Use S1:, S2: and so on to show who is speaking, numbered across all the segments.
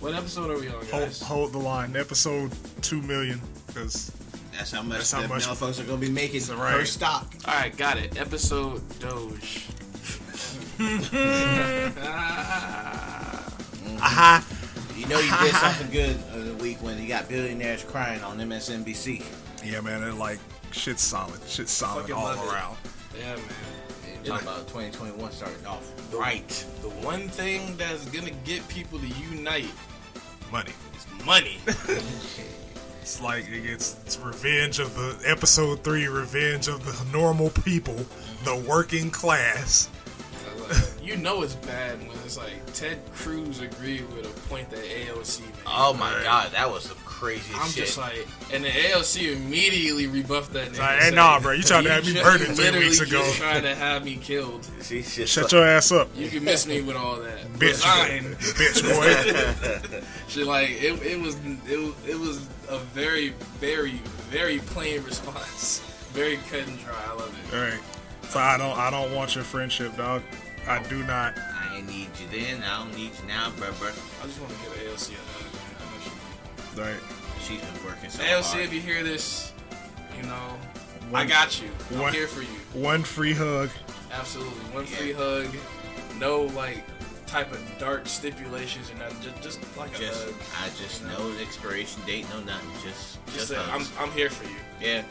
S1: we on,
S2: Hold,
S1: guys?
S2: hold the line. Episode two million. Because
S3: That's how much
S2: That's how
S3: that
S2: much-
S3: motherfuckers are gonna be making
S2: That's right.
S3: per stock.
S1: All right, got it. Episode Doge. Uh-huh.
S2: aha,
S3: You know you did something good in the week when you got billionaires crying on MSNBC.
S2: yeah, man. It like shit's solid. Shit's solid
S1: Fucking
S2: all
S1: love it.
S2: around.
S1: Yeah, man.
S3: And Talk about 2021 starting off
S1: The-
S3: right.
S1: The one thing that's gonna get people to unite
S2: Money.
S1: is money.
S2: It's like it gets it's revenge of the episode three. Revenge of the normal people, the
S1: Mm-hmm.
S2: working class.
S1: you know it's bad when it's like Ted Cruz agreed with a point that AOC made.
S3: Oh my god, that was some crazy
S1: I'm
S3: shit.
S1: just like, and the AOC immediately rebuffed that. Nigga
S2: It's like, hey,
S1: saying,
S2: nah, bro. You tried to have me
S1: ju-
S2: murdered
S1: you
S2: three
S1: literally
S2: weeks ago.
S1: Just trying to have me killed.
S3: She shit
S2: Shut
S3: suck-
S2: your ass up,
S1: You can miss me with all that.
S2: bitch.
S1: Resign.
S2: bitch boy.
S1: She like it, it was it, was- it was a very very very plain response, very cut and dry. I love it.
S2: All right. So I don't I don't want your friendship, dog. I do not.
S3: I ain't need you then. I don't need you now, bruh, bruh.
S1: I just want to give ALC a hug. man. I know she-
S2: All right.
S3: She's been working so
S1: ALC,
S3: hard.
S1: if you hear this, you know I
S2: One-
S1: got you. I'm
S2: one-
S1: here for you.
S2: One free hug.
S1: Absolutely, one
S3: Yeah.
S1: free hug. No like type of dark stipulations or nothing. Just just like
S3: Just,
S1: a hug.
S3: I just know the expiration date, no nothing. Just,
S1: Just
S3: just,
S1: say, I'm
S3: hugs.
S1: I'm here for you.
S3: yeah.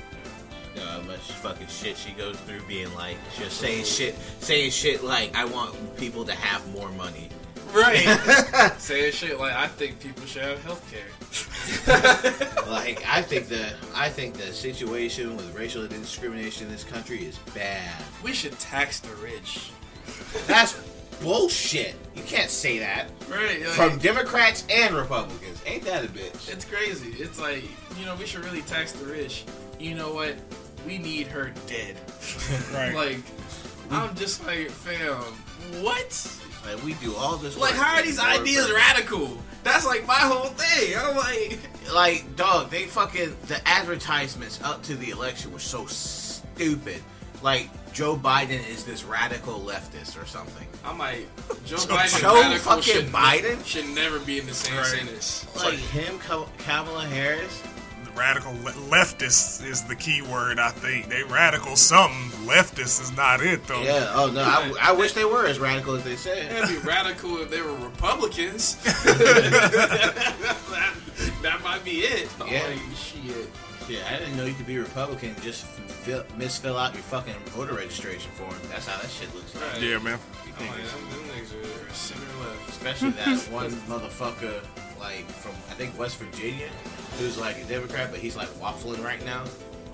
S3: You know how much fucking shit she goes through being like, just saying shit, saying shit like, I want people to have more money.
S1: Right. Saying shit like I think people should have health care.
S3: Like, I think the, I think the situation with racial discrimination in this country is bad.
S1: we should tax the rich.
S3: That's bullshit. You can't say that
S1: Right. Like,
S3: from Democrats and Republicans. Ain't that a bitch?
S1: it's crazy. It's like, you know, we should really tax the rich. You know what? We need her dead.
S2: Right.
S1: Like, I'm just like, fam, what?
S3: Like, we do all this.
S1: Like,
S3: work
S1: how are
S3: for
S1: these
S3: more
S1: ideas
S3: money.
S1: radical? That's like my whole thing. I'm like,
S3: Like, dog, they fucking the advertisements up to the election were so stupid. Like, Joe Biden is this radical leftist or something.
S1: I'm like, Joe
S2: Joe-
S1: Biden
S3: Joe
S1: radical
S3: fucking
S1: should,
S3: Biden?
S1: should never be in the same
S2: Right.
S1: sentence.
S3: Like him, Ka- Kamala Harris.
S2: The radical le- leftist is the key word, I think. They radical something. Leftist is not it, though.
S3: Yeah. Oh no, I, I wish they were as radical as they said.
S1: That'd be radical if they were Republicans. that, that might be it. I'm
S3: Yeah.
S1: like, shit.
S3: Yeah, I didn't know you could be Republican. Just fill, misfill out your fucking voter registration form. That's how that shit looks like.
S1: Right. Oh,
S2: Yeah, man.
S3: You
S1: I'm
S3: think
S1: like,
S3: it's-
S1: them them niggas are center left.
S3: especially that one motherfucker like from I think West Virginia, who's like a Democrat, but he's like waffling right now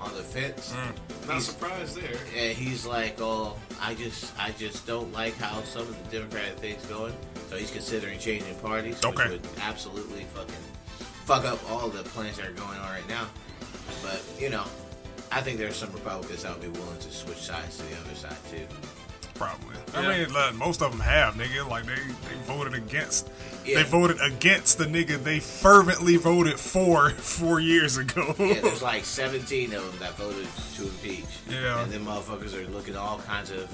S3: on the fence.
S1: Not
S3: He's-
S1: surprised there.
S3: And he's like, "Oh, I just, I just don't like how some of the Democratic things going." So he's considering changing parties, which
S2: Okay.
S3: would absolutely fucking fuck up all the plans that are going on right now. But you know, I think there's some Republicans that would be willing to switch sides to the other side too.
S2: Probably.
S1: Yeah.
S2: I mean, like, most of them have, nigga. Like, they, they voted against.
S3: Yeah.
S2: They voted against the nigga they fervently voted for four years ago.
S3: Yeah, there's like 17 of them that voted to impeach.
S2: Yeah.
S3: And then motherfuckers are looking all kinds of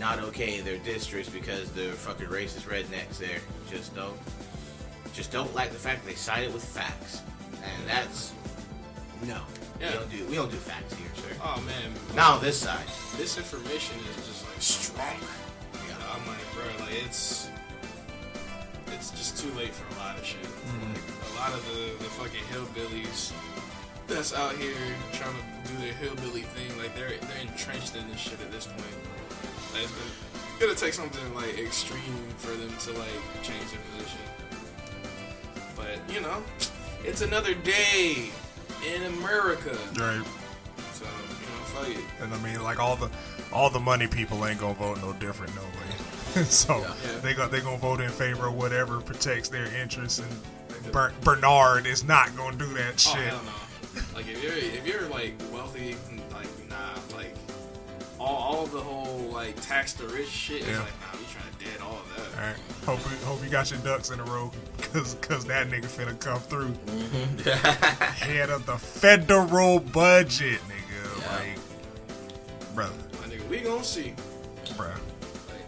S3: not okay in their districts because they're fucking racist rednecks there. Just don't, just don't like the fact they sided with facts. And that's, no.
S1: Yeah.
S3: We don't do, we don't do facts here, sir.
S1: Oh man,
S3: Not on this side.
S1: this information is just like strong.
S3: Yeah.
S1: I'm like, bro, like it's it's just too late for a lot of shit. Like, a lot of the, the fucking hillbillies that's out here trying to do their hillbilly thing, like they're they're entrenched in this shit at this point. Like, it's gonna- gonna take something like extreme for them to like change their position. But you know, it's another day in America.
S2: Right.
S1: So you know, fuck it.
S2: And I mean, like all the all the money people ain't gonna vote no different, no way. so
S1: Yeah.
S2: they go they gonna vote in favor of whatever protects their interests. And Ber- Bernard is not gonna do that
S1: Oh,
S2: shit.
S1: hell no. Like if you're if you're like wealthy, like nah, like all, all the whole like tax the rich shit is
S2: Yeah.
S1: like nah, we trying to dead all of
S2: All
S1: that.
S2: right. Hope hope you got your ducks in a row, cause cause that nigga finna come through. Head of the federal budget, nigga.
S3: Yeah.
S2: Like, brother,
S1: My nigga, we gonna see.
S2: bruh.
S1: Like,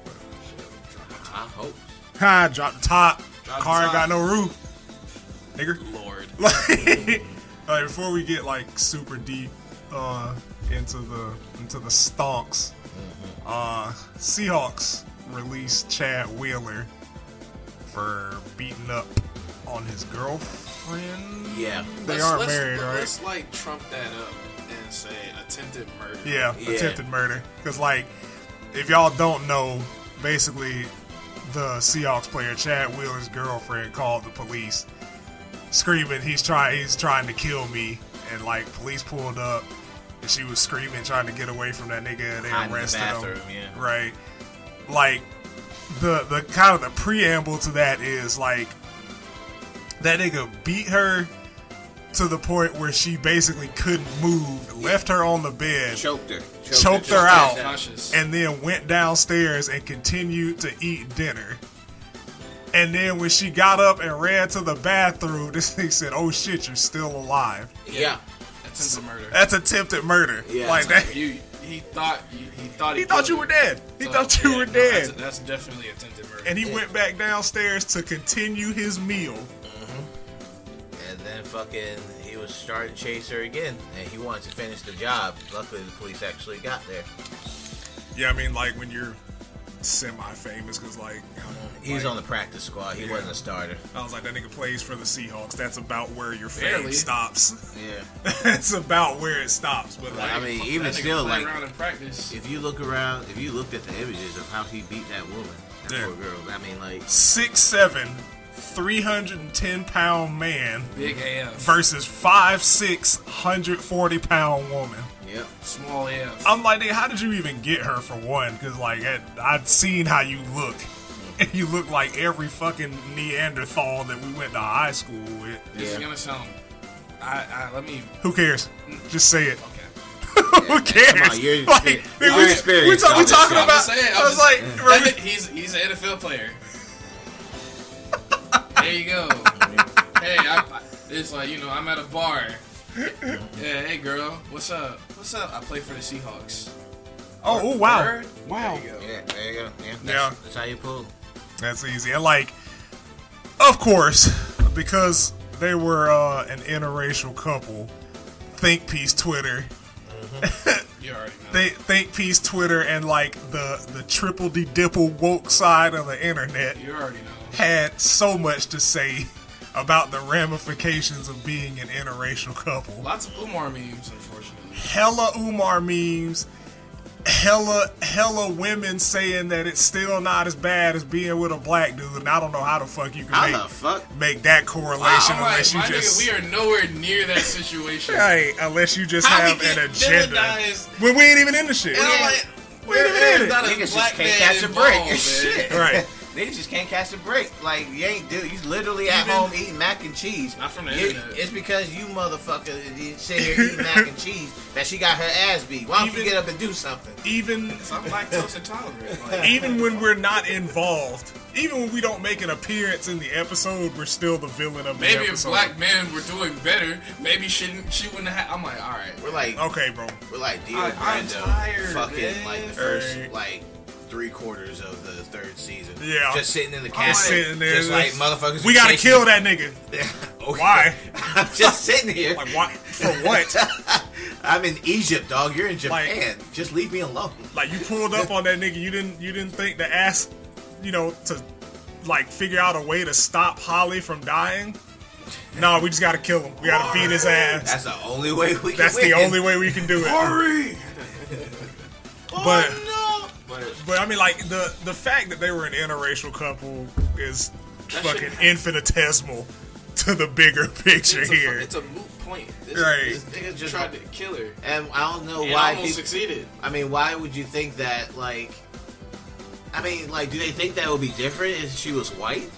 S1: shit, drop my
S3: I hope.
S2: Ha! Drop the top.
S1: Drop the
S2: Car ain't got
S1: top.
S2: no roof. nigger.
S1: Lord.
S2: Like, like, before we get like super deep uh, into the into the stonks,
S1: Mm-hmm.
S2: uh, Seahawks released Chad Wheeler for beating up on his girlfriend.
S3: Yeah.
S2: They
S1: Let's-
S2: are
S1: let's-
S2: married, right?
S1: Let's like trump that up and say attempted murder.
S2: Yeah,
S3: Yeah.
S2: attempted murder. Because, like, if y'all don't know, basically, the Seahawks player Chad Wheeler's girlfriend called the police, screaming, "He's trying, he's trying to kill me!" And like, police pulled up, and she was screaming, trying to get away from that nigga. And they
S3: Hide in the
S2: arrested him.
S3: bathroom, yeah.
S2: Right. Like, the the kind of the preamble to that is like that nigga beat her. To the point where she basically couldn't move, left her on the bed,
S3: Choked her.
S2: Choked her out.
S1: Conscious.
S2: and then went downstairs and continued to eat dinner. And then when she got up and ran to the bathroom, this thing said, "Oh shit, you're still alive."
S3: Yeah.
S1: attempted murder.
S2: That's attempted murder.
S3: Yeah.
S2: like that.
S1: you, he thought you, he thought he,
S2: He thought
S1: killed
S2: you were dead. He thought you
S1: yeah,
S2: were
S1: no,
S2: dead.
S1: That's, that's definitely attempted murder.
S2: and he went back downstairs to continue his meal.
S3: And then fucking he was starting to chase her again, and he wanted to finish the job. Luckily, the police actually got there.
S2: Yeah, I mean, like when you're semi-famous, because like
S3: He was on the practice squad. He
S2: Yeah.
S3: wasn't a starter.
S2: I was like, that nigga plays for the Seahawks. That's about where your fame
S1: Barely.
S2: stops.
S3: Yeah.
S2: That's about where it stops. But like,
S3: I mean,
S1: Fuck
S3: even
S1: that nigga
S3: still,
S1: play
S3: like-
S1: around in practice.
S3: If you look around, if you looked at the images of how he beat that woman, that
S2: Yeah.
S3: poor girl. I mean, like,
S2: six seven, 310 pound man
S1: Big AF,
S2: versus five six, 140 pound woman.
S3: yep.
S1: small AF.
S2: I'm like, nigga, how did you even get her for one? Because, like, I, I've seen how you look. You look like every fucking Neanderthal that we went to high school with.
S1: This is
S3: Yeah.
S1: gonna sound. I, I let me.
S2: Who cares? Just say it.
S1: Okay.
S2: Who cares?
S3: Come on, you're-
S2: like,
S3: you're-
S2: we-
S3: you're
S2: we, we,
S3: experienced.
S2: talk, we
S3: I'm just-
S2: talking
S3: I'm
S2: about.
S1: just saying,
S2: I
S1: I'm
S2: was
S1: just-
S2: like,
S1: That- he's he's an NFL player. There you go. hey, I, it's like you know I'm at a bar. Yeah, hey girl, what's up? What's up? I play for the Seahawks.
S2: oh, oh, wow.
S1: Word?
S2: Wow.
S1: There you go.
S3: Yeah, there you go. Yeah, that's,
S2: Yeah.
S3: that's how you pull.
S2: That's easy. And like, of course, because they were uh, an interracial couple, Think Peace Twitter,
S1: You already know.
S2: they Think Peace Twitter, and like the the triple D dipple woke side of the internet
S1: you already know.
S2: had so much to say about the ramifications of being an interracial couple.
S1: Lots of Umar memes, unfortunately.
S2: Hella Umar memes. Hella, hella women saying that it's still not as bad as being with a black dude, and I don't know how the fuck you can
S3: How
S2: make
S3: the fuck?
S2: make that correlation
S1: I'm like,
S2: unless you
S1: my
S2: just
S1: nigga, we are nowhere near that situation.
S2: right, unless you just
S1: How we
S2: have
S1: get
S2: an agenda.
S1: villainized?
S2: When we ain't even in the shit.
S1: And I'm like, where
S2: Wait a minute.
S1: is not a
S3: Niggas
S1: black
S3: just can't
S1: man
S3: catch a
S1: involved,
S3: break.
S1: man?
S3: Shit.
S2: Right.
S3: Niggas just can't catch a break. Like you ain't do. You literally at
S2: Even-
S3: home eating mac and cheese.
S1: Not from the
S3: You-
S1: internet.
S3: It's because you motherfucker you sit here eating mac and cheese that she got her ass beat. Why don't you
S2: Even-
S3: get up and do something?
S2: even
S1: So I'm lactose intolerant. Like,
S2: even when we're not involved, even when we don't make an appearance in the episode, we're still the villain of the
S1: Maybe if
S2: episode.
S1: black men were doing better, maybe shouldn't she wouldn't have. I'm like, all right,
S3: We're like
S2: okay, bro.
S3: we're like Dio
S1: I- I'm
S3: Brando.
S1: tired,
S3: fucking
S1: man.
S3: like the first
S2: Right.
S3: like three quarters of the third season.
S2: Yeah.
S3: Just sitting in the
S1: like-
S2: Just
S3: castle.
S2: sitting there.
S3: Just like motherfuckers.
S2: we gotta kill that nigga. Why?
S3: I'm just sitting here.
S2: Like why? For what?
S3: I'm in Egypt, dog. You're in
S2: Like-
S3: Japan. just leave me alone.
S2: like you pulled up on that nigga you didn't you didn't think to ask you know to like figure out a way to stop holly from dying no we just gotta kill him we gotta beat his ass
S3: That's the only way we can
S2: that's
S3: win.
S2: the only way we can do it
S3: Hurry!
S2: But-
S3: oh,
S1: but
S2: but i mean like the the fact that they were an interracial couple is
S1: That
S2: fucking
S1: shouldn't-
S2: infinitesimal to the bigger picture
S1: it's a,
S2: here
S1: it's a moot point. This,
S2: Right.
S1: this nigga just tried to kill her
S3: no. And I don't know
S1: and
S3: why
S1: almost
S3: people-
S1: succeeded.
S3: I mean, why would you think that? Like, I mean, like, do they think that would be different if she was white?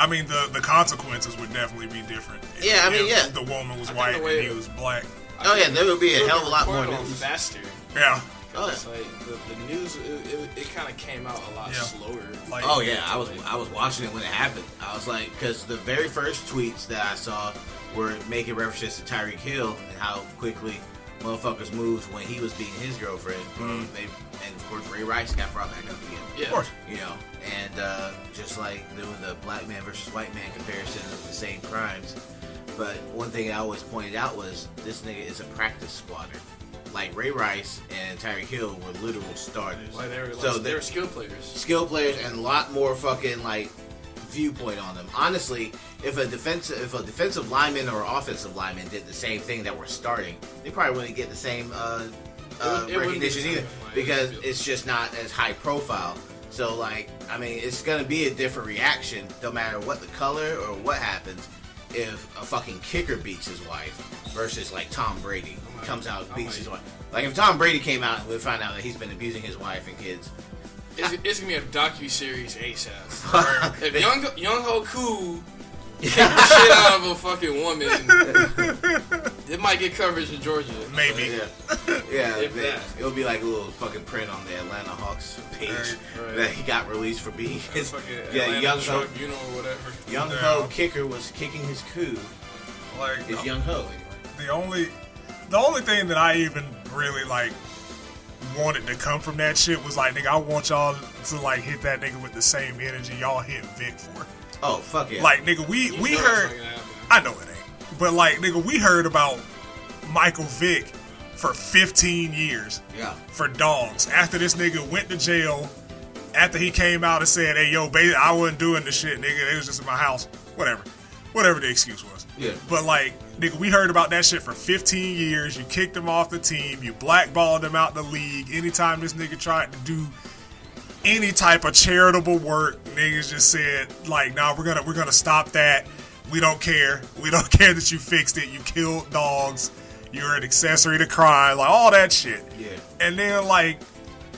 S2: i mean the the consequences would definitely be different if-
S3: Yeah, I mean,
S2: if
S3: yeah.
S2: the woman was
S1: I think
S2: white
S1: the
S2: and
S1: way-
S2: he was black
S3: Oh, yeah, there would be a hell of a lot more
S1: Reported on
S3: news.
S1: faster.
S2: yeah
S3: Oh,
S1: It's like the, the news, it, it, it kind of came out a lot
S2: Yeah.
S1: slower.
S2: like
S3: Oh yeah, I was I was watching it when it happened. I was like, because the very first tweets that I saw were making references to Tyreek Hill and how quickly motherfuckers moved when he was beating his girlfriend.
S1: Mm-hmm.
S3: They, and of course, Ray Rice got brought back up again.
S1: yeah.
S2: of course
S3: You know, and uh, just like doing the black man versus white man comparison of the same crimes. But one thing I always pointed out was this nigga is a practice squatter. Like Ray Rice and Tyreek Hill were literal starters.
S1: Like they were, so
S3: so
S1: they
S3: they're
S1: were skill players.
S3: skill players and a lot more fucking like viewpoint on them. Honestly, if a defensive if a defensive lineman or offensive lineman did the same thing that we're starting, they probably wouldn't get the same uh,
S1: It
S3: uh,
S1: wouldn't be
S3: recognition
S1: the
S3: either
S1: same, like,
S3: because
S1: it's-
S3: it's just not as high profile. So like, I mean, it's gonna be a different reaction no matter what the color or what happens. If a fucking kicker beats his wife versus like Tom Brady
S1: like-
S3: comes out
S1: I'm
S3: beats
S1: like-
S3: his wife, like if Tom Brady came out and we find out that he's been abusing his wife and kids,
S1: It's, it's gonna be a docu series ASAP.
S2: Right.
S1: If young young Ho Koo kicked the shit out of a fucking woman, it might get coverage in Georgia.
S2: Maybe.
S3: Yeah, yeah
S1: If
S3: they-
S1: that.
S3: it'll be like a little fucking print on the Atlanta Hawks page
S2: Right,
S1: right.
S3: that he got released for being.
S1: It's fucking
S3: yeah,
S1: Atlanta
S3: young ho,
S1: tribunal or whatever.
S3: young ho kicker was kicking his coup.
S2: Like
S3: Is young ho?
S2: the only the only thing that I even really like wanted to come from that shit was like nigga, I want y'all to like hit that nigga with the same energy y'all hit Vic for.
S3: Oh fuck yeah!
S2: Like nigga, we
S1: You
S2: we
S1: know it's
S2: heard
S1: not gonna happen.
S2: I know it ain't. But like nigga, we heard about Michael Vick for 15 years
S3: yeah,
S2: for dogs after this nigga went to jail after he came out and said, "Hey, yo, baby, I wasn't doing this shit, nigga. It was just in my house, whatever, whatever the excuse was."
S3: Yeah.
S2: But like, nigga, we heard about that shit for 15 years. You kicked him off the team. You blackballed him out the league. Anytime this nigga tried to do any type of charitable work, niggas just said, "Like, nah, we're gonna we're gonna stop that. We don't care. We don't care that you fixed it. You killed dogs." You're an accessory to crime, like all that shit.
S3: Yeah.
S2: And then like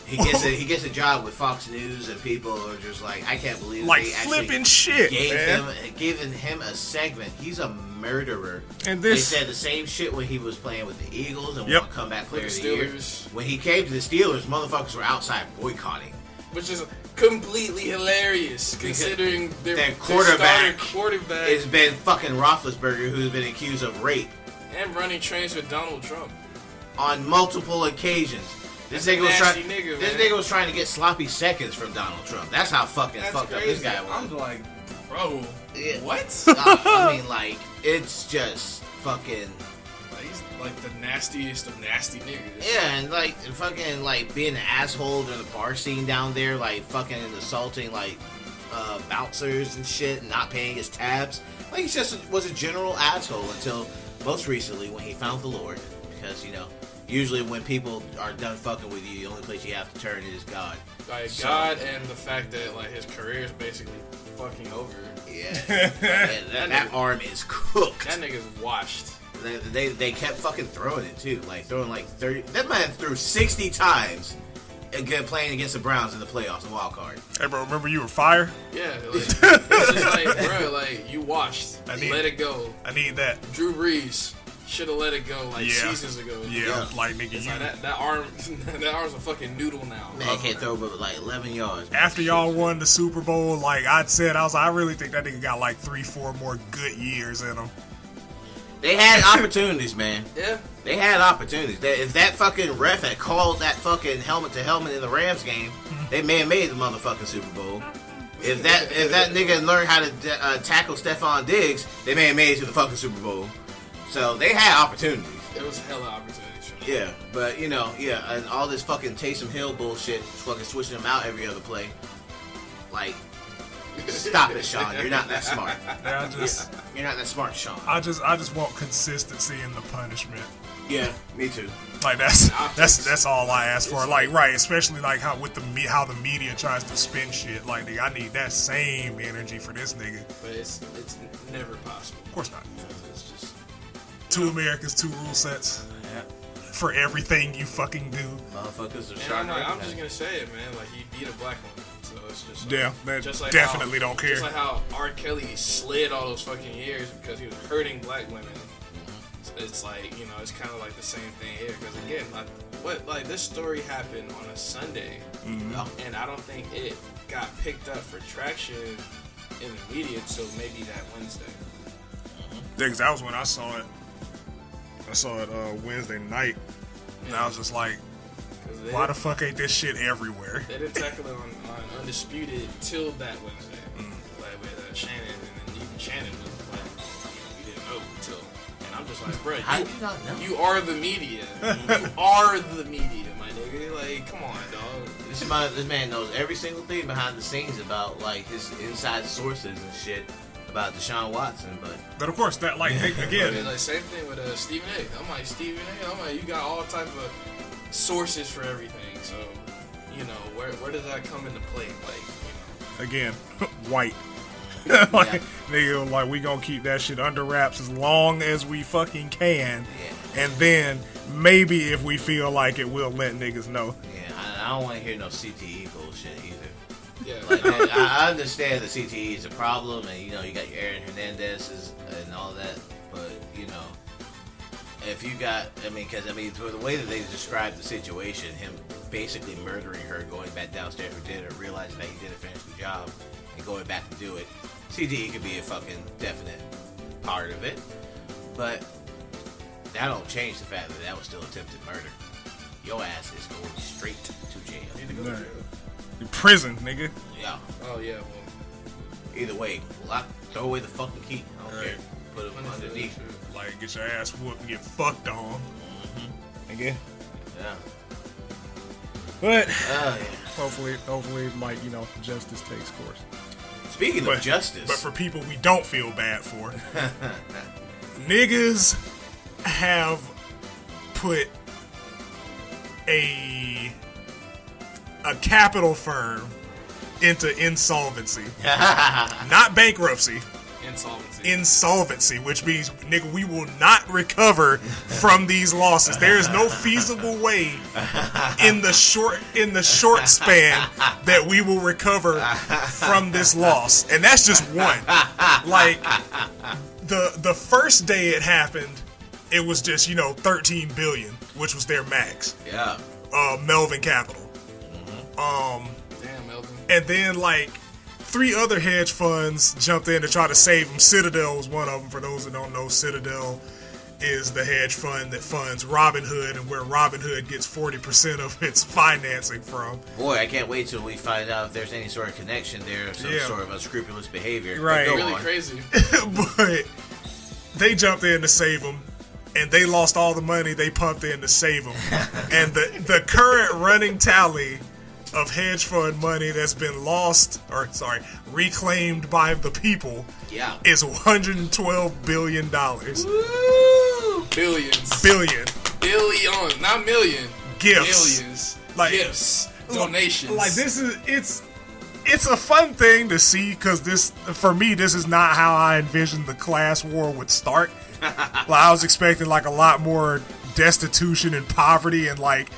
S3: he gets a, he gets a job with Fox News, and people are just like, I can't believe
S2: like
S3: they actually
S2: flipping shit,
S3: Gave
S2: man.
S3: him, given him a segment. He's a murderer.
S2: And this-
S3: they said the same shit when he was playing with the Eagles and
S2: Yep.
S3: won comeback player
S1: With
S3: of
S1: the
S3: the year.
S1: Steelers.
S3: When he came to the Steelers, motherfuckers were outside boycotting.
S1: Which is completely hilarious considering their,
S3: their
S1: their
S3: quarterback
S1: starting quarterback
S3: It's been fucking Roethlisberger who's been accused of rape
S1: and running trains with Donald Trump.
S3: on multiple occasions. This
S1: That's a
S3: nigga was
S1: nasty
S3: trying.
S1: nigga,
S3: This
S1: man.
S3: nigga was trying to get sloppy seconds from Donald Trump. That's how fucking
S1: That's
S3: fucked
S1: crazy.
S3: up this guy was.
S1: I'm like, bro,
S3: Yeah.
S1: what?
S3: Uh, I mean, like, it's just fucking.
S1: Like, He's like the nastiest of nasty niggas.
S3: Yeah, and like and fucking like being an asshole during the bar scene down there, like fucking assaulting like uh, bouncers and shit, and not paying his tabs. Like he just was a general asshole until most recently when he found the Lord, because you know usually when people are done fucking with you, the only place you have to turn is God.
S1: Like
S3: So-
S1: God and the fact that like his career is basically fucking over.
S3: Yeah, And that, that arm is cooked.
S1: That nigga's washed.
S3: They, they, they kept fucking throwing it too, like throwing like thirty. That man threw sixty times, again playing against the Browns in the playoffs, the wild card.
S2: Hey, bro, remember you were fire?
S1: Yeah, like, it's just like, bro, like you washed.
S2: I need-
S1: let it go.
S2: I need that.
S1: Drew Brees should have let it go like
S2: Yeah.
S1: seasons ago.
S2: Yeah,
S3: Yeah.
S2: like nigga,
S1: It's
S2: you.
S1: like that, that arm, that arm's a fucking noodle now.
S3: Man can't throw but like eleven yards. man.
S2: After y'all won the Super Bowl, like I said, I was like, I really think that nigga got like three, four more good years in him.
S3: they had opportunities, man.
S1: Yeah,
S3: They had opportunities. That if that fucking ref had called that fucking helmet to helmet in the Rams game, they may have made the motherfucking Super Bowl. If that if that nigga learned how to d- uh, tackle Stephon Diggs, they may have made it to the fucking Super Bowl. So they had opportunities.
S1: it was hella opportunities for them.
S3: Yeah, but you know, yeah, and all this fucking Taysom Hill bullshit, fucking switching him out every other play. Like, stop it, Sean. You're not that smart.
S2: I just,
S3: You're not that smart, Sean.
S2: I just, I just want consistency in the punishment.
S3: Yeah, me too.
S2: Like that's
S1: Nah,
S2: that's that's all I ask for. Like right, especially like how with the me- how the media tries to spin shit. Like nigga, I need that same energy for this nigga.
S1: But it's it's never possible.
S2: Of course not.
S1: It's just
S2: Two Americans, two rule sets
S3: Yeah.
S2: for everything you fucking do.
S3: Motherfuckers are
S1: And
S3: sharp.
S1: I'm, like, I'm
S3: right
S1: just
S3: now.
S1: gonna say it, man. Like he beat a black woman, so it's just like,
S2: Yeah, they
S1: how-
S2: definitely don't care.
S1: Just like how R. Kelly slid all those fucking years because he was hurting black women. It's- It's like you know, it's kind of like the same thing here. Because again, like what, like this story happened on a Sunday, and I don't think it got picked up for traction in the media until maybe that Wednesday.
S2: Yeah, 'cause that was when I saw it. I saw it uh, Wednesday night, and I was just like,
S1: 'Cause they
S2: "Why the
S1: didn't-
S2: fuck ain't this shit everywhere?"
S1: They didn't tackle it on, on
S2: Mm.
S1: Undisputed till that Wednesday. Like with uh, Shannon, and then even Shannon was like, just like, bro,
S3: How
S1: you,
S3: do you not know?
S1: you are the media. you are the media, my nigga. Like, come on, dog.
S3: This man, this man knows every single thing behind the scenes about like his inside sources and shit about Deshaun Watson. But
S2: But of course, that like they-
S1: Yeah,
S2: again,
S1: like same thing with uh, Stephen A. I'm like Stephen A. I'm like you got all type of sources for everything. So you know where where does that come into play? Like you
S2: again, white. like, Nigga, like we gonna keep that shit under wraps as long as we fucking can,
S3: Yeah.
S2: and then maybe if we feel like it, we'll let niggas know.
S3: yeah, I, I don't want to hear no CTE bullshit
S1: know,
S3: either.
S1: yeah.
S3: Like, man, I, I understand that CTE is a problem, and you know you got your Aaron Hernandez's and all that. But you know, if you got, I mean, because I mean, through the way that they described the situation, him basically murdering her, going back downstairs for dinner, realizing that he didn't finish the job, and going back to do it, CTE could be a fucking definite part of it. But that don't change the fact that that was still attempted murder. Your ass is going straight to jail.
S1: You need to go to
S2: Right.
S1: jail.
S2: Prison, nigga.
S3: Yeah.
S1: Oh yeah, well,
S3: Either way, lock, throw away the fucking key. I don't
S1: Right.
S3: care. Put it
S1: honestly,
S3: underneath.
S1: true.
S2: Like get your ass whooped and get fucked on.
S1: Mm-hmm.
S2: Nigga.
S3: Yeah.
S2: But
S3: Oh, yeah.
S2: hopefully, hopefully, like you know, justice takes course.
S3: Speaking
S2: But
S3: of justice,
S2: But for people we don't feel bad for, niggas have put a a capital firm into insolvency, not bankruptcy.
S1: insolvency.
S2: Insolvency, which means nigga, we will not recover from these losses. There is no feasible way in the short in the short span that we will recover from this loss, and that's just one. Like the the first day it happened, it was just you know 13 billion, which was their max.
S3: yeah.
S2: Uh, Melvin Capital,
S1: Damn, Melvin.
S2: and then like three other hedge funds jumped in to try to save them. Citadel was one of them. For those that don't know, Citadel is the hedge fund that funds Robinhood and where Robinhood gets 40% of its financing from.
S3: Boy, I can't wait till we find out if there's any sort of connection there, some
S2: Yeah.
S3: sort of unscrupulous behavior. But
S2: Right.
S3: Go
S1: Really
S3: on.
S1: crazy.
S2: but they jumped in to save him, and they lost all the money they pumped in to save him. and the the current running tally of hedge fund money that's been lost, or sorry, reclaimed by the people,
S3: Yeah.
S2: is 112 billion dollars.
S1: Billions,
S2: Billion
S1: billion, not million.
S2: gifts.
S1: Millions,
S2: Like-
S1: gifts,
S2: Look,
S1: donations.
S2: Like this is it's it's a fun thing to see because this for me this is not how I envisioned the class war would start. like I was expecting like a lot more destitution and poverty and like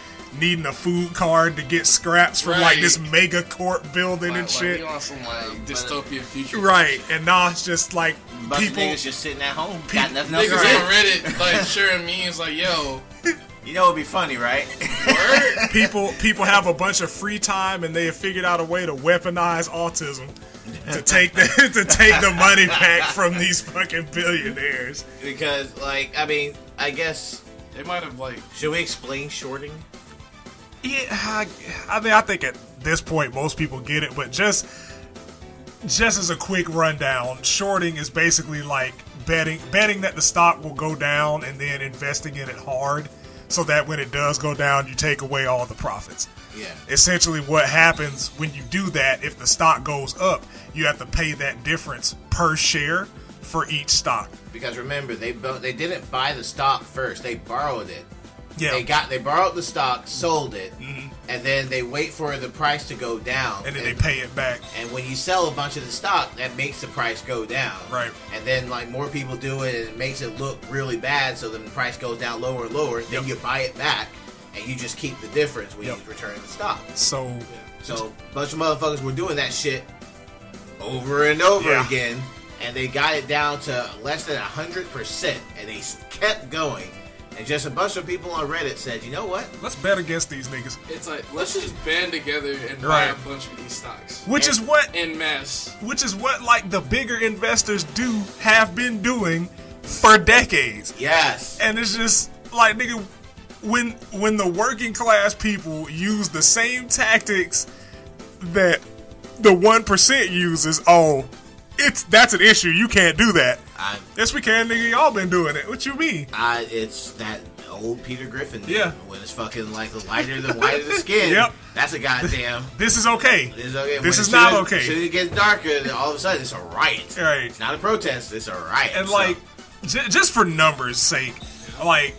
S2: needing a food card to get scraps from like this
S1: Right.
S2: mega court building
S1: Like-
S2: and
S1: like,
S2: shit.
S1: we on some like dystopian future.
S2: right, and now it's just like
S3: Bunch
S2: people.
S3: of niggas just sitting at home, got nothing else
S1: Niggas
S3: to
S1: on
S3: do.
S1: Reddit like sharing memes like, "Yo,
S3: You know it'd be funny, right?
S1: word."
S2: people people have a bunch of free time and they have figured out a way to weaponize autism to take the to take the money back from these fucking billionaires.
S3: because, like, I mean, I guess
S1: They might have like
S3: should we explain shorting?
S2: Yeah, I, I mean, I think at this point most people get it, but just just as a quick rundown, shorting is basically like betting betting that the stock will go down and then investing in it hard so that when it does go down, you take away all the profits.
S3: Yeah.
S2: essentially what happens when you do that if the stock goes up you have to pay that difference per share for each stock
S3: Because remember, they bo- they didn't buy the stock first; they borrowed it.
S2: yeah Mm-hmm.
S3: They got they borrowed the stock, sold it, and then they wait for the price to go down.
S2: and then they pay it back
S3: and when you sell a bunch of the stock, that makes the price go down.
S2: Right.
S3: And then like more people do it, and it makes it look really bad. So then the price goes down lower and lower. Then
S2: Yep.
S3: you buy it back, and you just keep the difference when
S2: Yep.
S3: you return the stock.
S2: so
S3: So a bunch of motherfuckers were doing that shit over and over
S2: Yeah.
S3: again, and they got it down to less than hundred percent, and they s- kept going. And just a bunch of people on Reddit said, "You know what?
S2: let's bet against these niggas
S1: It's like let's just band together and buy
S2: Right.
S1: a bunch of these stocks
S2: which is what
S1: in mass.
S2: which is what like the bigger investors do have been doing for decades
S3: Yes,
S2: and it's just like nigga when when the working class people use the same tactics that the 1% uses oh it's that's an issue. You can't do that.
S3: I,
S2: Yes, we can, nigga. Y'all been doing it. What you mean?
S3: I, it's that old Peter Griffin.
S2: Yeah.
S3: When it's fucking like the lighter the whiter the skin.
S2: Yep.
S3: That's a goddamn.
S2: This is okay.
S3: It's okay. When
S2: This
S3: it
S2: is not
S3: soon as-
S2: okay.
S3: As soon as it gets darker, then all of a sudden it's a riot.
S2: Right.
S3: It's not a protest. It's a riot.
S2: and
S3: So,
S2: like j- just for numbers sake like